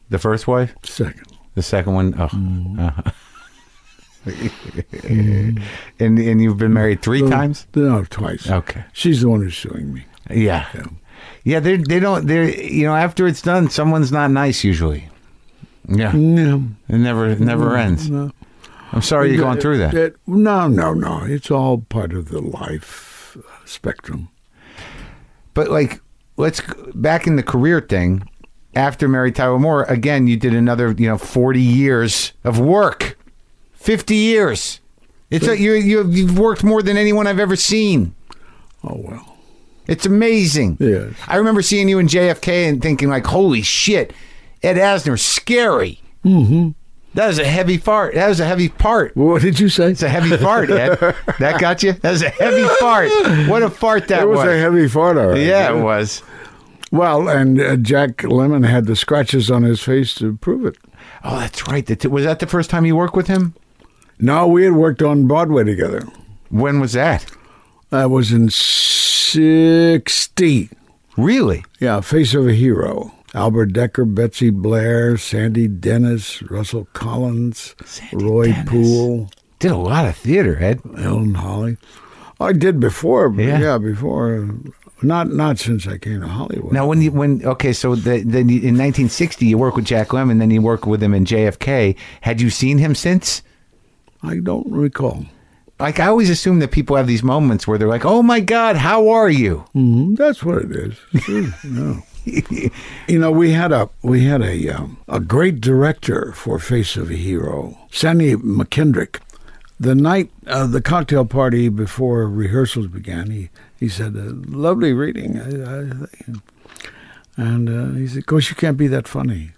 A: the first wife?
B: Second,
A: The second one, oh.
B: Mm.
A: Uh-huh. and and you've been married three
B: Mm.
A: times.
B: No, twice.
A: Okay.
B: She's the one who's suing me.
A: Yeah, yeah. They they don't they you know after it's done, someone's not nice usually. Yeah, it
B: No.
A: never it never ends.
B: No.
A: I'm sorry you're going through that.
B: That- no, no, no. It's all part of the life spectrum.
A: But like, let's g- back in the career thing. After Mary Tyler Moore, again, you did another you know 40 years of work, 50 years. It's a, you you you've worked more than anyone I've ever seen.
B: Oh well.
A: It's amazing.
B: Yes.
A: I remember seeing you in JFK and thinking like, "Holy shit, Ed Asner's scary." Mm-hmm. That was a heavy fart. That was a heavy part.
B: What did you say?
A: It's a heavy fart, Ed. That got you. That was a heavy fart. What a fart that
B: It was a heavy fart, all right.
A: yeah, it was.
B: Well, and uh, Jack Lemon had the scratches on his face to prove it.
A: Oh, that's right. The t- was that the first time you worked with him?
B: No, we had worked on Broadway together.
A: When was that?
B: I was in 60.
A: Really?
B: Yeah, Face of a Hero. Albert Decker, Betsy Blair, Sandy Dennis, Russell Collins,
A: Sandy
B: Roy
A: Dennis.
B: Poole,
A: Did a lot of theater, Ed.
B: Ellen Holly. I did before, but
A: Yeah.
B: yeah. before. Not not since I came to Hollywood.
A: Now, when you when okay, so the, then you, in 1960 you work with Jack Lemmon, then you work with him in JFK. Had you seen him since?
B: I don't recall.
A: Like I always assume that people have these moments where they're like, "Oh my God, how are you?"
B: hmm That's what it is. Sure, no. You know, we had a we had a um, a great director for Face of a Hero, Sandy McKendrick. The night of the cocktail party before rehearsals began, he he said, uh, "Lovely reading," I, I, think." and uh, he said, "Of course, you can't be that funny."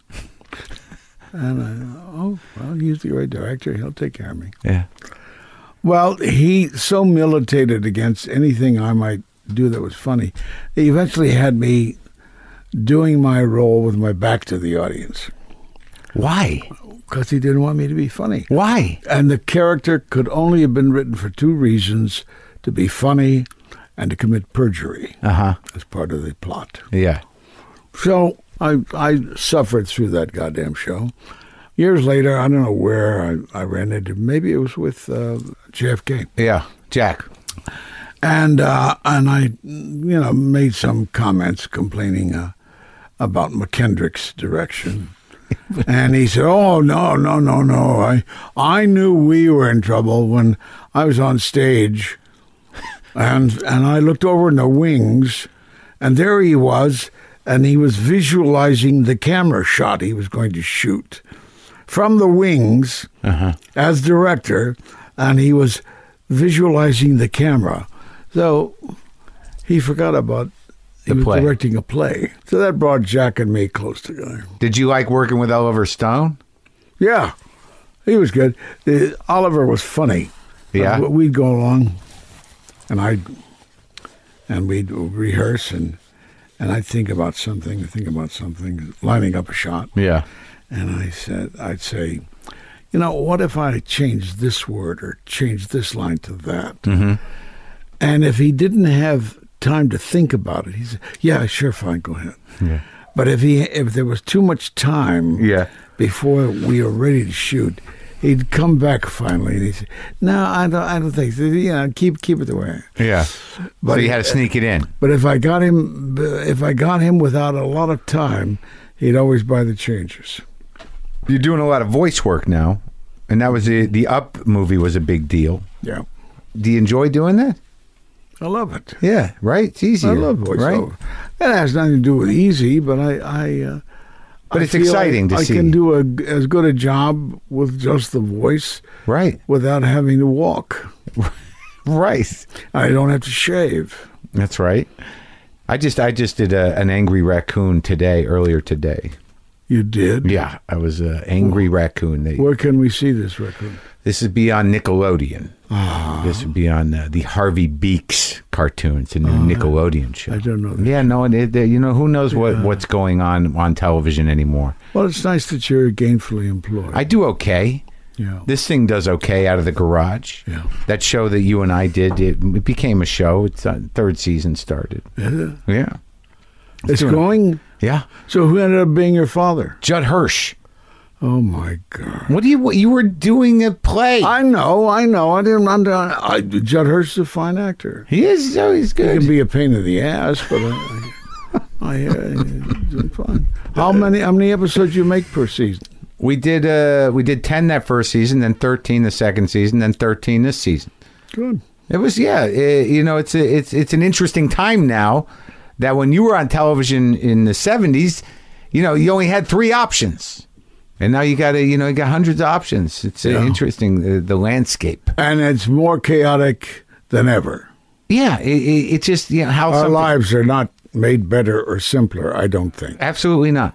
B: and I, oh well, he's the great director; he'll take care of me.
A: Yeah.
B: Well, he so militated against anything I might do that was funny. He eventually had me doing my role with my back to the audience
A: Why?
B: because he didn't want me to be funny.
A: Why?
B: And the character could only have been written for two reasons to be funny and to commit perjury
A: Uh huh.
B: as part of the plot.
A: Yeah.
B: So I, I suffered through that goddamn show. Years later, I don't know where I, I ran into, maybe it was with uh, JFK.
A: Yeah. Jack.
B: and uh, and I, you know, made some comments complaining uh, about McKendrick's direction, and he said, "Oh no, no, no, no! I I knew we were in trouble when I was on stage, and and I looked over in the wings, and there he was." And he was visualizing the camera shot he was going to shoot from the wings
A: Uh-huh.
B: as director, and he was visualizing the camera. So he forgot about he
A: The
B: was
A: play.
B: directing a play. So that brought Jack and me close together.
A: Did you like working with Oliver Stone?
B: Yeah, he was good. Uh, Oliver was funny.
A: Yeah.
B: Uh, we'd go along, and I and we'd rehearse and. And I'd think about something, think about something, lining up a shot.
A: Yeah.
B: And I said, I'd say, you know, what if I change this word or change this line to that?
A: Mm-hmm.
B: And if he didn't have time to think about it, he said, yeah, sure, fine, go ahead.
A: Yeah.
B: But if he if there was too much time
A: Yeah.
B: before we were ready to shoot, he'd come back finally and he'd say, no, I don't, I don't think so. You know, keep, keep it the way.
A: Yeah. But so you had to sneak it in.
B: But if I got him, if I got him without a lot of time, he'd always buy the changes.
A: You're doing a lot of voice work now, and that was the the Up movie was a big deal.
B: Yeah.
A: Do you enjoy doing that?
B: I love it.
A: Yeah. Right. It's easy.
B: I love voiceover.
A: Right.
B: That has nothing to do with easy, but I, I. Uh,
A: But
B: I
A: it's
B: feel
A: exciting to
B: I
A: see.
B: can do a, as good a job with just the voice
A: Right.
B: without having to walk.
A: Right.
B: I don't have to shave.
A: That's right. I just I just did a, an angry raccoon today earlier today.
B: You did.
A: Yeah, I was an angry raccoon. They,
B: Where can we see this record?
A: this would be on Nickelodeon.
B: Ah.
A: This would be on uh, the Harvey Beaks cartoons and the Nickelodeon show.
B: Ah, I don't know. That.
A: Yeah, no, and it, you know who knows what, what's going on on television anymore.
B: Well, it's nice that you're gainfully employed.
A: I do okay.
B: yeah.
A: This thing does okay out of the garage.
B: Yeah.
A: That show that you and I did, it, it became a show. It's uh, third season started.
B: Yeah.
A: Yeah,
B: It's
A: doing-
B: going.
A: yeah.
B: So who ended up being your father?
A: Judd Hirsch.
B: Oh my God!
A: What do you? What, you were doing a play.
B: I know, I know. I didn't. I'm done. I, Judd Hirsch is a fine actor.
A: he is. Oh, he's
B: He
A: good.
B: can be a pain in the ass, but I, I, I hear he's doing fine. How many? How many episodes you make per season?
A: we did. Uh, we did ten that first season, then thirteen the second season, then thirteen this season.
B: Good.
A: It was yeah. eh, you know, it's a, it's it's an interesting time now that when you were on television in the seventies, you know, you only had three options, and now you got to you know you got hundreds of options. It's uh,
B: Yeah.
A: interesting the, the landscape.
B: And it's more chaotic than ever.
A: Yeah, it, it, it's just you know how
B: Our
A: something-
B: lives are not made better or simpler. I don't think.
A: Absolutely not.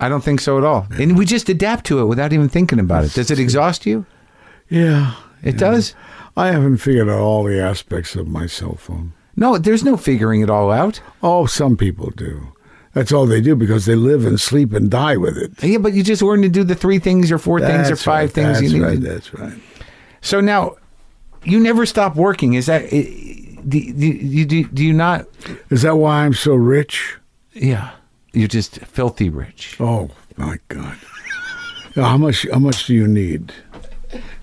A: I don't think so at all. And we just adapt to it without even thinking about it. Does it exhaust you?
B: Yeah,
A: It does.
B: I haven't figured out all the aspects of my cell phone.
A: No, there's no figuring it all out.
B: Oh, some people do. That's all they do because they live and sleep and die with it.
A: Yeah, but you just learn to do the three things or four things or
B: That's
A: five
B: right,
A: things
B: That's
A: you need. to-
B: right. That's right.
A: So now, you never stop working. Is that? i- Do, do, do, do you not?
B: Is that why I'm so rich?
A: Yeah, you're just filthy rich.
B: Oh my God! Now, How much? How much do you need?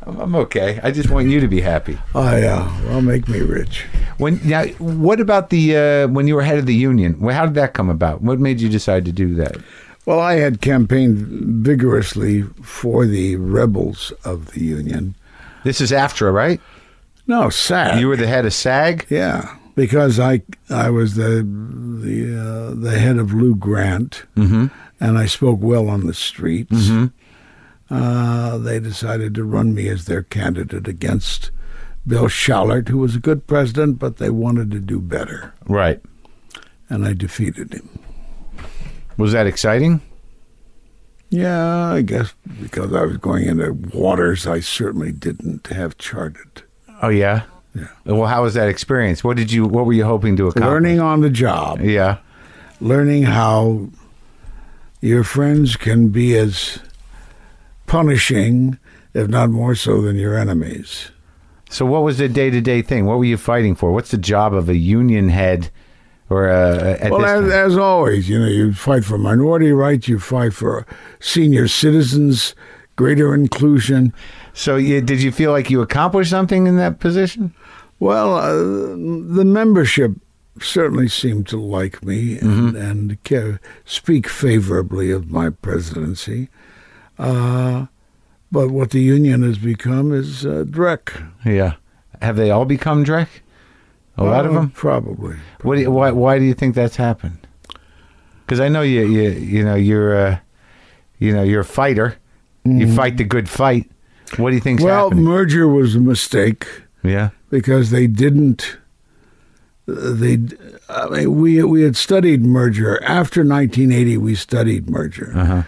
A: I'm I'm okay. I just want you to be happy.
B: Oh yeah, well, make me rich.
A: When now, what about the uh, when you were head of the union? Well, how did that come about? What made you decide to do that?
B: Well, I had campaigned vigorously for the rebels of the union.
A: This is AFTRA, right?
B: No, sad.
A: You were the head of SAG.
B: yeah, because I I was the the uh, the head of Lou Grant,
A: Mm-hmm.
B: and I spoke well on the streets.
A: Mm-hmm.
B: Uh, they decided to run me as their candidate against Bill Shallert, who was a good president, but they wanted to do better.
A: Right.
B: and I defeated him.
A: Was that exciting?
B: Yeah, I guess because I was going into waters I certainly didn't have charted.
A: Oh yeah. Yeah. Well, how was that experience? What did you? What were you hoping to accomplish?
B: Learning on the job,
A: Yeah.
B: learning how your friends can be as punishing, if not more so, than your enemies.
A: So, what was the day to day thing? What were you fighting for? What's the job of a union head, or uh, at
B: well,
A: this
B: as,
A: time?
B: as always, you know, you fight for minority rights, you fight for senior citizens, greater inclusion.
A: so, you, did you feel like you accomplished something in that position?
B: Well, uh, the membership certainly seemed to like me
A: Mm-hmm.
B: and, and ca- speak favorably of my presidency. Uh, but what the union has become is uh, dreck.
A: Yeah. Have they all become Drek? A lot of
B: Uh,
A: them.
B: probably.
A: What? Do you, why? Why do you think that's happened? Because I know you. You. You know. You're. Uh, you know. You're a fighter. You fight the good fight. What do you think's
B: Mm-hmm. Well,
A: happening?
B: merger was a mistake
A: yeah.
B: because they didn't. They, I mean, we we had studied merger after 1980. We studied merger.
A: Uh huh.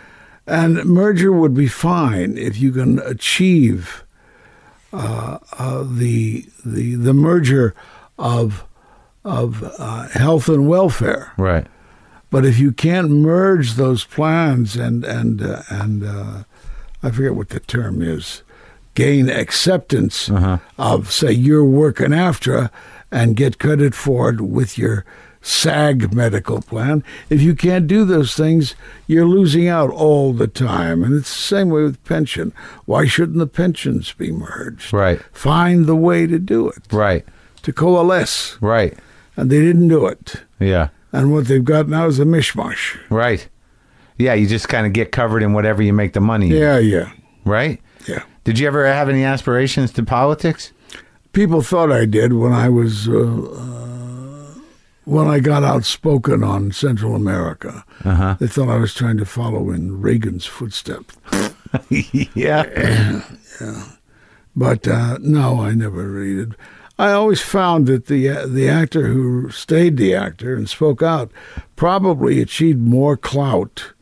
B: And merger would be fine if you can achieve uh, uh, the, the the merger of of uh, health and welfare.
A: Right.
B: But if you can't merge those plans and and uh, and uh, I forget what the term is, gain acceptance of say your work in AFTRA and get credit for it with your SAG medical plan. If you can't do those things, you're losing out all the time. And it's the same way with pension. Why shouldn't the pensions be merged?
A: Right.
B: Find the way to do it,
A: Right.
B: to coalesce.
A: Right.
B: And they didn't do it.
A: Yeah.
B: And what they've got now is a mishmash.
A: Right. Yeah, you just kind of get covered in whatever you make the money. in,
B: Yeah, yeah,
A: Right?
B: yeah.
A: Did you ever have any aspirations to politics?
B: People thought I did when I was uh, uh, when I got outspoken on Central America.
A: Uh-huh.
B: They thought I was trying to follow in Reagan's footsteps.
A: yeah.
B: But uh, no, I never really did. I always found that the uh, the actor who stayed the actor and spoke out probably achieved more clout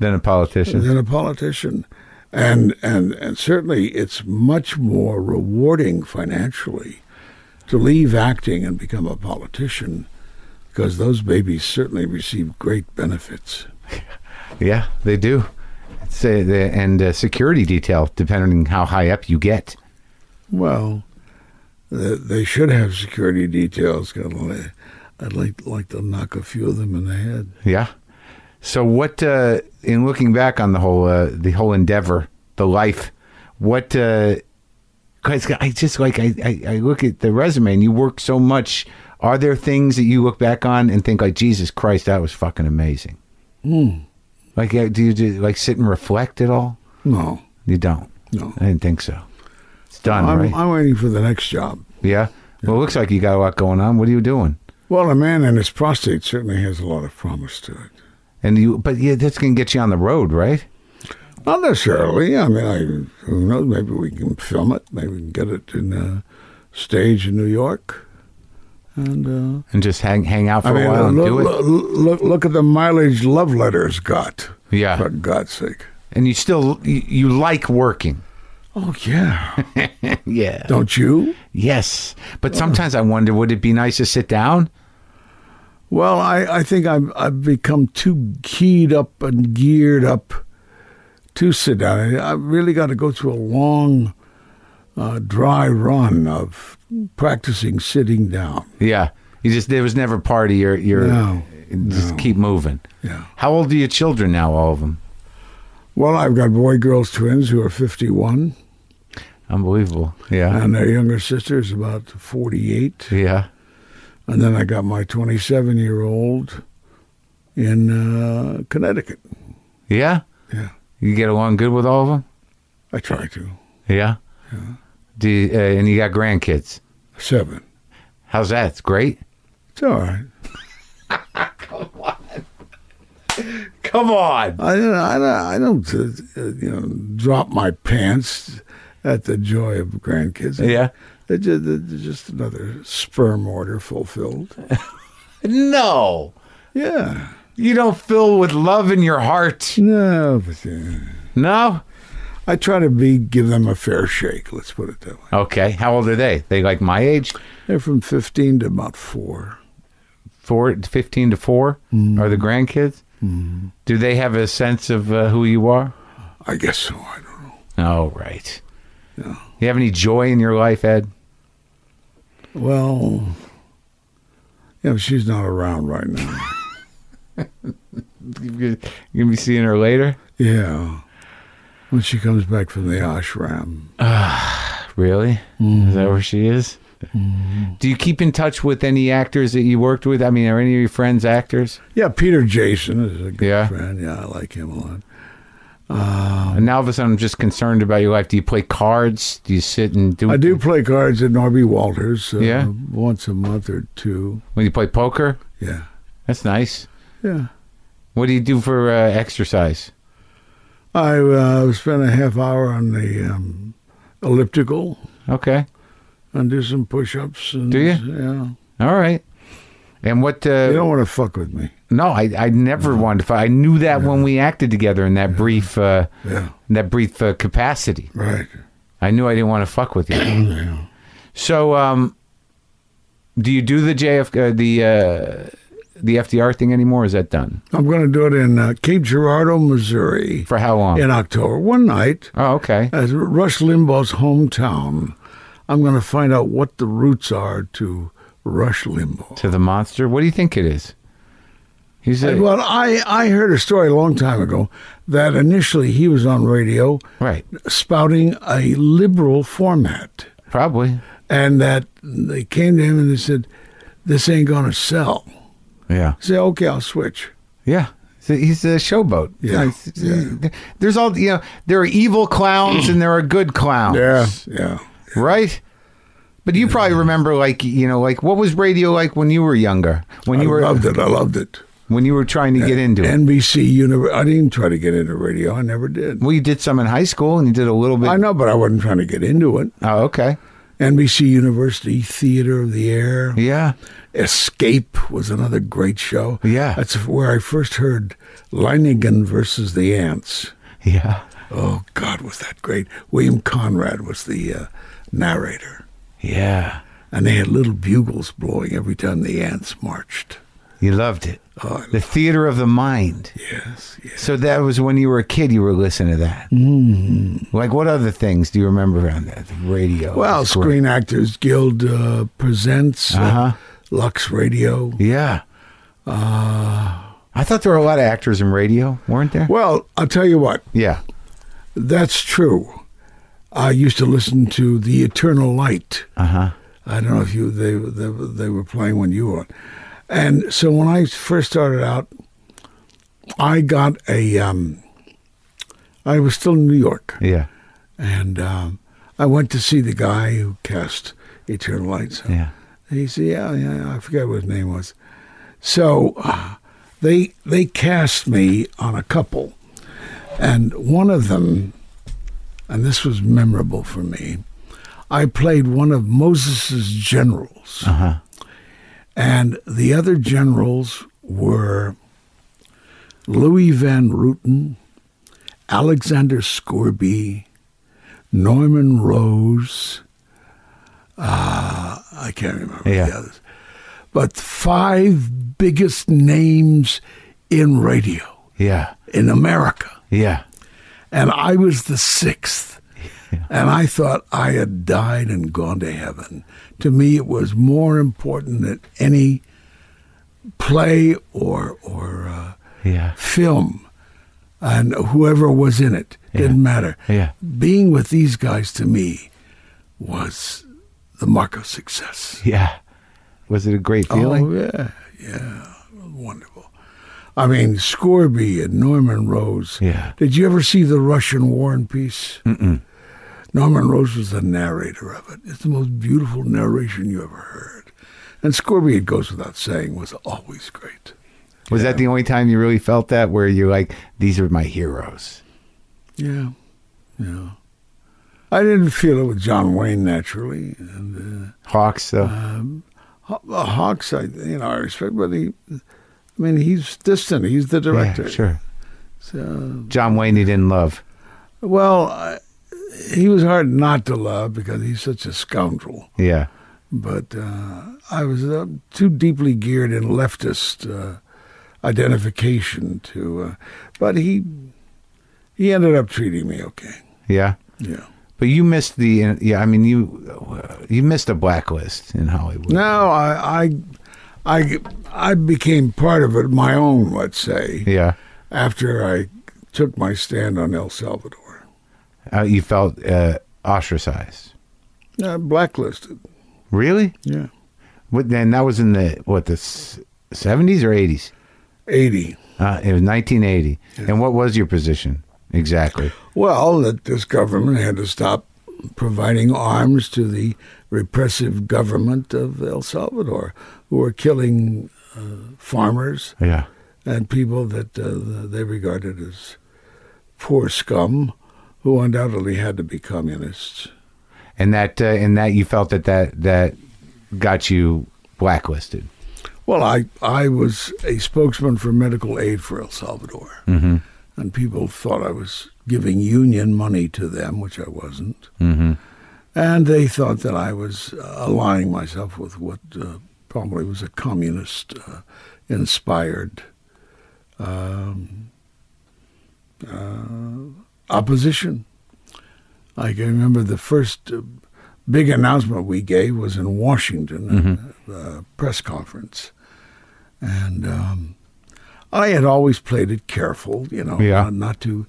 A: Then a politician.
B: than a politician, and and and certainly it's much more rewarding financially to leave acting and become a politician, because those babies certainly receive great benefits.
A: Yeah, they do. It's, uh, the, and uh, security detail, depending how high up you get.
B: Well, th- they should have security details. 'cause I'd like I'd like like to knock a few of them in the head.
A: Yeah. So what, uh, in looking back on the whole uh, the whole endeavor, the life, what? Uh, 'cause I just like I, I I look at the resume and you work so much. Are there things that you look back on and think like Jesus Christ, that was fucking amazing? Like uh, do you do like sit and reflect at all?
B: No.
A: You don't.
B: No.
A: I didn't think so. It's done,
B: I'm,
A: right?
B: I'm waiting for the next job.
A: yeah. Well, it looks like you got a lot going on. What are you doing?
B: Well, a man and his prostate certainly has a lot of promise to it.
A: And you, but yeah, that's gonna get you on the road, right?
B: Not necessarily. I mean, I, who knows? Maybe we can film it. Maybe we can get it in a stage in New York. And uh,
A: And just hang hang out for
B: I
A: a
B: mean,
A: while and
B: look,
A: do it.
B: look, look, look at the mileage love letters got.
A: Yeah.
B: For God's sake.
A: And you still you, you like working.
B: Oh, yeah.
A: Yeah.
B: Don't you?
A: Yes, but sometimes I wonder, would it be nice to sit down?
B: Well, I, I think I've, I've become too keyed up and geared up to sit down. I- I've really got to go through a long, uh, dry run of practicing sitting down.
A: Yeah, you just there was never part of your your
B: No,
A: just keep moving.
B: Yeah.
A: How old are your children now? All of them,
B: Well, I've got boy girls twins who are 51,
A: unbelievable. Yeah,
B: and their younger sister is about 48.
A: yeah.
B: And then I got my 27 year old in uh, Connecticut.
A: Yeah.
B: Yeah,
A: You get along good with all of them?
B: I try to.
A: Yeah. Do you, uh, and you got grandkids?
B: Seven.
A: How's that? It's great.
B: It's all right.
A: Come on.
B: I don't, I don't, I don't uh, you know, drop my pants at the joy of grandkids.
A: Yeah.
B: They're just, they're just another sperm order fulfilled.
A: No,
B: Yeah.
A: you don't fill with love in your heart.
B: No, but uh,
A: No.
B: I try to be give them a fair shake. Let's put it that way.
A: Okay. How old are they? They like my age?
B: They're from 15 to about four.
A: four, 15 to 4 are the grandkids. Do they have a sense of uh, who you are?
B: I guess so. I don't know.
A: Oh, right. You have any joy in your life, Ed?
B: Well, yeah, but she's not around right now.
A: You're gonna be seeing her later.
B: yeah. When she comes back from the ashram.
A: Really? Is that where she is?
B: Mm-hmm.
A: Do you keep in touch with any actors that you worked with? I mean, are any of your friends actors?
B: Yeah, Peter Jason is a good
A: Yeah.
B: friend. Yeah, I like him a lot. Um,
A: and now all of a sudden, I'm just concerned about your life. Do you play cards? Do you sit and do?
B: I do play cards at Norby Walters. Uh,
A: Yeah?
B: Once a month or two.
A: When you play poker,
B: Yeah.
A: that's nice.
B: Yeah.
A: What do you do for uh, exercise?
B: I uh, spend a half hour on the um, elliptical
A: Okay.
B: and do some push ups.
A: Do you? Uh,
B: Yeah.
A: All right. And what? Uh,
B: You don't want to fuck with me.
A: no, I, I never wanted to fight. I knew that when we acted together in that brief uh,
B: Yeah.
A: in that brief uh, capacity.
B: Right.
A: I knew I didn't want to fuck with you.
B: Yeah.
A: So, um, do you do the JF uh, the uh, the FDR thing anymore? Or is that done
B: I'm going to do it in uh, Cape Girardeau, Missouri
A: for how long?
B: in October. One night
A: Oh, okay.
B: at Rush Limbaugh's hometown. I'm going to find out what the roots are to Rush Limbaugh.
A: to the monster. What do you think it is? He's a,
B: Well, I, I heard a story a long time ago that initially he was on radio
A: right,
B: spouting a liberal format,
A: probably.
B: and that they came to him and they said, "This ain't gonna sell."
A: Yeah,
B: He said, "Okay, I'll switch."
A: yeah. So He's a showboat.
B: Yeah.
A: He's- There's all you know. There are evil clowns and there are good clowns.
B: yeah.
A: right? But you probably remember, like you know, like what was radio like when you were younger? When
B: I
A: you were
B: loved it. I loved it.
A: when you were trying to get into it.
B: NBC Univer I didn't try to get into radio. I never did.
A: Well, you did some in high school, and you did a little bit.
B: I know, but I wasn't trying to get into it.
A: Oh, okay.
B: NBC University Theater of the Air.
A: Yeah.
B: Escape was another great show.
A: Yeah.
B: That's where I first heard Leiningen versus the Ants.
A: Yeah.
B: Oh, God, was that great. William Conrad was the uh, narrator.
A: Yeah.
B: And they had little bugles blowing every time the ants marched.
A: You loved it.
B: Oh,
A: The theater of the mind.
B: yes, yes.
A: So that was when you were a kid. You were listening to that. Like what other things do you remember on that the radio?
B: Mm. Well,
A: That's great.
B: Screen Actors Guild uh, presents uh,
A: Uh-huh.
B: Lux Radio.
A: Yeah. Uh, I thought there were a lot of actors in radio, weren't there?
B: Well, I'll tell you what,
A: Yeah.
B: that's true. I used to listen to The Eternal Light.
A: Uh huh.
B: I don't know if you they they, they were playing when you were, on. and so when I first started out, I got a. Um, I was still in New York,
A: Yeah.
B: and um, I went to see the guy who cast Eternal Lights.
A: Yeah.
B: He said, "Yeah, yeah, I forget what his name was." So uh, they they cast me on a couple, and one of them, and this was memorable for me. I played one of Moses's generals,
A: Uh-huh.
B: and the other generals were Louis Van Ruten, Alexander Scorby, Norman Rose. Uh, I can't remember
A: Yeah.
B: the others, but five biggest names in radio
A: Yeah.
B: in America
A: Yeah.
B: and I was the sixth. And I thought I had died and gone to heaven. To me, it was more important than any play or or uh,
A: Yeah.
B: film, and whoever was in it didn't matter.
A: Yeah.
B: Being with these guys to me was the mark of success.
A: Yeah. Was it a great feeling?
B: Oh yeah, yeah, wonderful. I mean, Scorby and Norman Rose.
A: Yeah.
B: Did you ever see the Russian War and Peace? Mm-mm. Norman Rose was the narrator of it. It's the most beautiful narration you ever heard. And Scorby, it goes without saying, was always great.
A: Was that the only time you really felt that, where you're like, these are my heroes?
B: Yeah, yeah. I didn't feel it with John Wayne naturally, and
A: Hawks, though.
B: uh, Haw- uh, Hawks. I, you know, I respect, but he, I mean, he's distant. He's the director.
A: yeah, sure.
B: So
A: John Wayne, you didn't love.
B: Well, I- he was hard not to love because he's such a scoundrel.
A: Yeah.
B: But uh, I was uh, too deeply geared in leftist uh, identification to. Uh, but he he ended up treating me okay.
A: Yeah.
B: Yeah.
A: But you missed the yeah. I mean, you you missed a blacklist in Hollywood.
B: No, I I I, I became part of it my own. Let's say
A: Yeah,
B: after I took my stand on El Salvador,
A: uh, you felt uh, ostracized.
B: uh, blacklisted.
A: Really?
B: Yeah.
A: What then? That was in the what the seventies or eighties?
B: Eighty.
A: Uh, it was nineteen eighty. And what was your position exactly?
B: Well, that this government had to stop providing arms to the repressive government of El Salvador, who were killing uh, farmers
A: Yeah,
B: and people that uh, they regarded as poor scum, who undoubtedly had to be communists.
A: and that uh, and that you felt that that that got you blacklisted.
B: Well, I, I was a spokesman for medical aid for El Salvador, mm-hmm. and people thought I was giving union money to them, which I wasn't.
A: Mm-hmm.
B: And they thought that I was uh, aligning myself with what uh, probably was a communist uh, inspired um, uh, opposition. I can remember the first uh, big announcement we gave was in Washington,
A: Mm-hmm.
B: at a press conference. And um, I had always played it careful, you know,
A: Yeah.
B: not, not to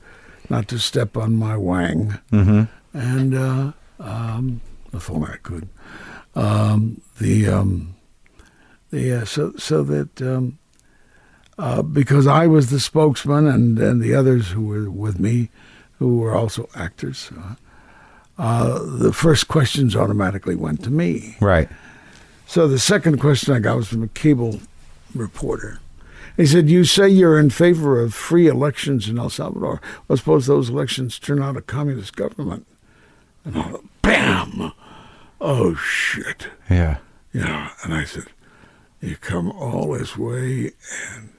B: not to step on my wang
A: Mm-hmm.
B: and uh, um, if only I could. Um, the um, the uh, so so that um, uh, because I was the spokesman and and the others who were with me, who were also actors, uh, uh, the first questions automatically went to me.
A: Right.
B: So the second question I got was from a cable reporter. He said, "You say you're in favor of free elections in El Salvador. Well, suppose those elections turn out a communist government." And I went, bam! Oh shit!
A: Yeah.
B: You know, and I said, "You come all this way, and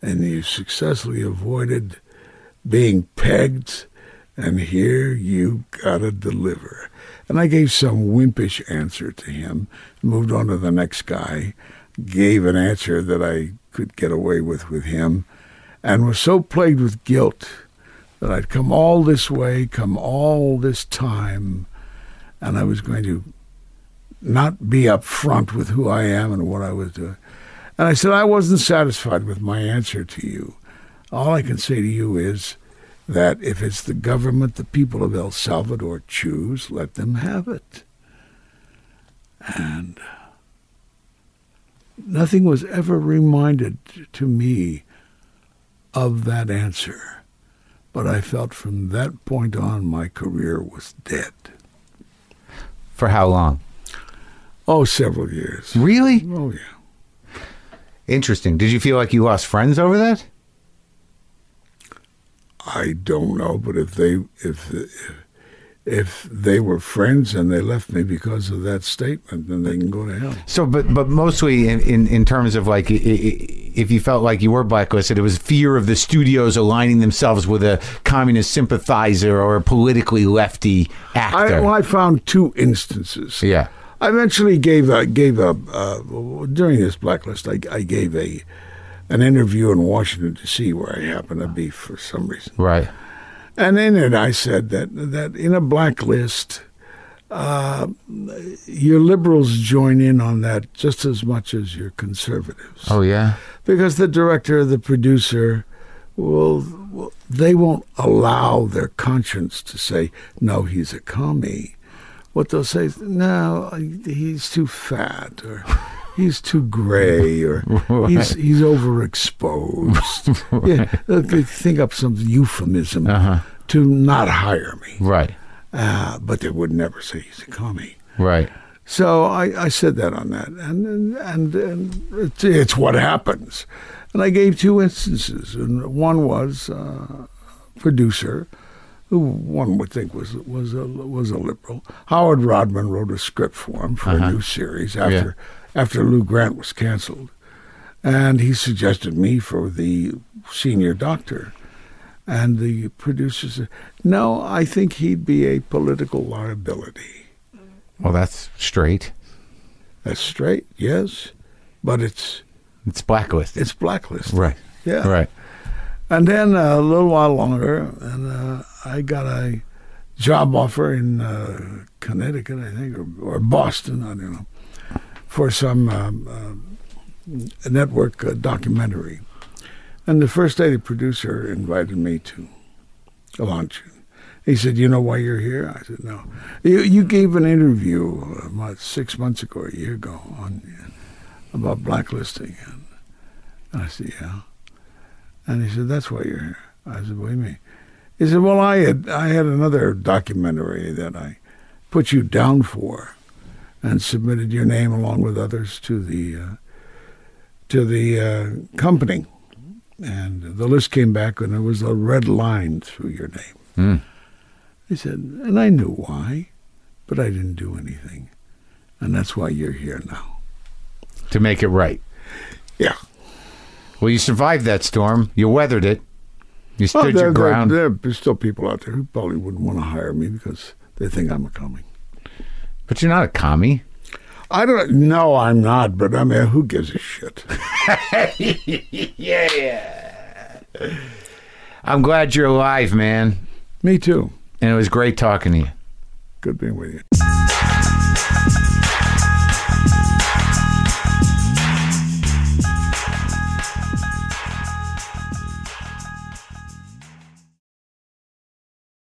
B: and you successfully avoided being pegged, and here you gotta deliver." And I gave some wimpish answer to him, moved on to the next guy, gave an answer that I could get away with with him, and was so plagued with guilt that I'd come all this way, come all this time, and I was going to not be up front with who I am and what I was doing. And I said, I wasn't satisfied with my answer to you. All I can say to you is that if it's the government the people of El Salvador choose, let them have it. And nothing was ever reminded to me of that answer. But I felt from that point on my career was dead.
A: For how long?
B: Oh, several
A: Mm-hmm.
B: years.
A: Really?
B: Oh, yeah.
A: Interesting. Did you feel like you lost friends over that?
B: I don't know, but if they if if they were friends and they left me because of that statement, then they can go to hell.
A: So, but but mostly in, in, in terms of like i- i- if you felt like you were blacklisted, it was fear of the studios aligning themselves with a communist sympathizer or a politically lefty
B: I,
A: actor.
B: well, I found two instances.
A: yeah.
B: I eventually gave a, gave a uh, during this blacklist. I, I gave a an interview in Washington D.C. where I happened to be for some reason,
A: Right.
B: and in it I said that that in a blacklist, uh, your liberals join in on that just as much as your conservatives.
A: Oh yeah.
B: because the director, the producer, will, will they won't allow their conscience to say no, he's a commie. What they'll say is no, he's too fat or. He's too gray, or he's he's overexposed. yeah, they'll- they think up some euphemism to not hire me,
A: Right.
B: uh, but they would never say he's a commie.
A: Right.
B: So I, I said that on that, and and, and it's, it's what happens. And I gave two instances, and one was uh, producer, who one would think was was a was a liberal. Howard Rodman wrote a script for him for a new series after after Lou Grant was canceled, and he suggested me for the senior doctor. And the producer said, "No, I think he'd be a political liability."
A: Well, that's straight.
B: That's straight, yes, but it's
A: It's blacklisted.
B: it's blacklisted.
A: right.
B: Yeah.
A: Right.
B: And then uh, a little while longer, and uh, I got a job offer in uh, Connecticut, I think, or, or Boston, I don't know, for some um, uh, network uh, documentary. And the first day, the producer invited me to a luncheon. He said, "You know why you're here?" I said, "No." You you gave an interview uh, about six months ago, or a year ago, on about blacklisting, and, and I said, "Yeah." And he said, "That's why you're here." I said, "What do you mean?" He said, "Well, I had I had another documentary that I put you down for, and submitted your name along with others to the uh, to the uh, company, and the list came back, and there was a red line through your name." He said, "And I knew why, but I didn't do anything, and that's why you're here now."
A: To make it right.
B: Yeah.
A: Well, you survived that storm. You weathered it. You
B: Well,
A: stood
B: there,
A: your
B: there-
A: ground.
B: There, are still people out there who probably wouldn't want to hire me because they think I'm a commie.
A: But you're not a commie.
B: I don't know. I'm not, but I mean, who gives a shit?
A: I'm glad you're alive, man.
B: me too.
A: And it was great talking to you.
B: Good being with you.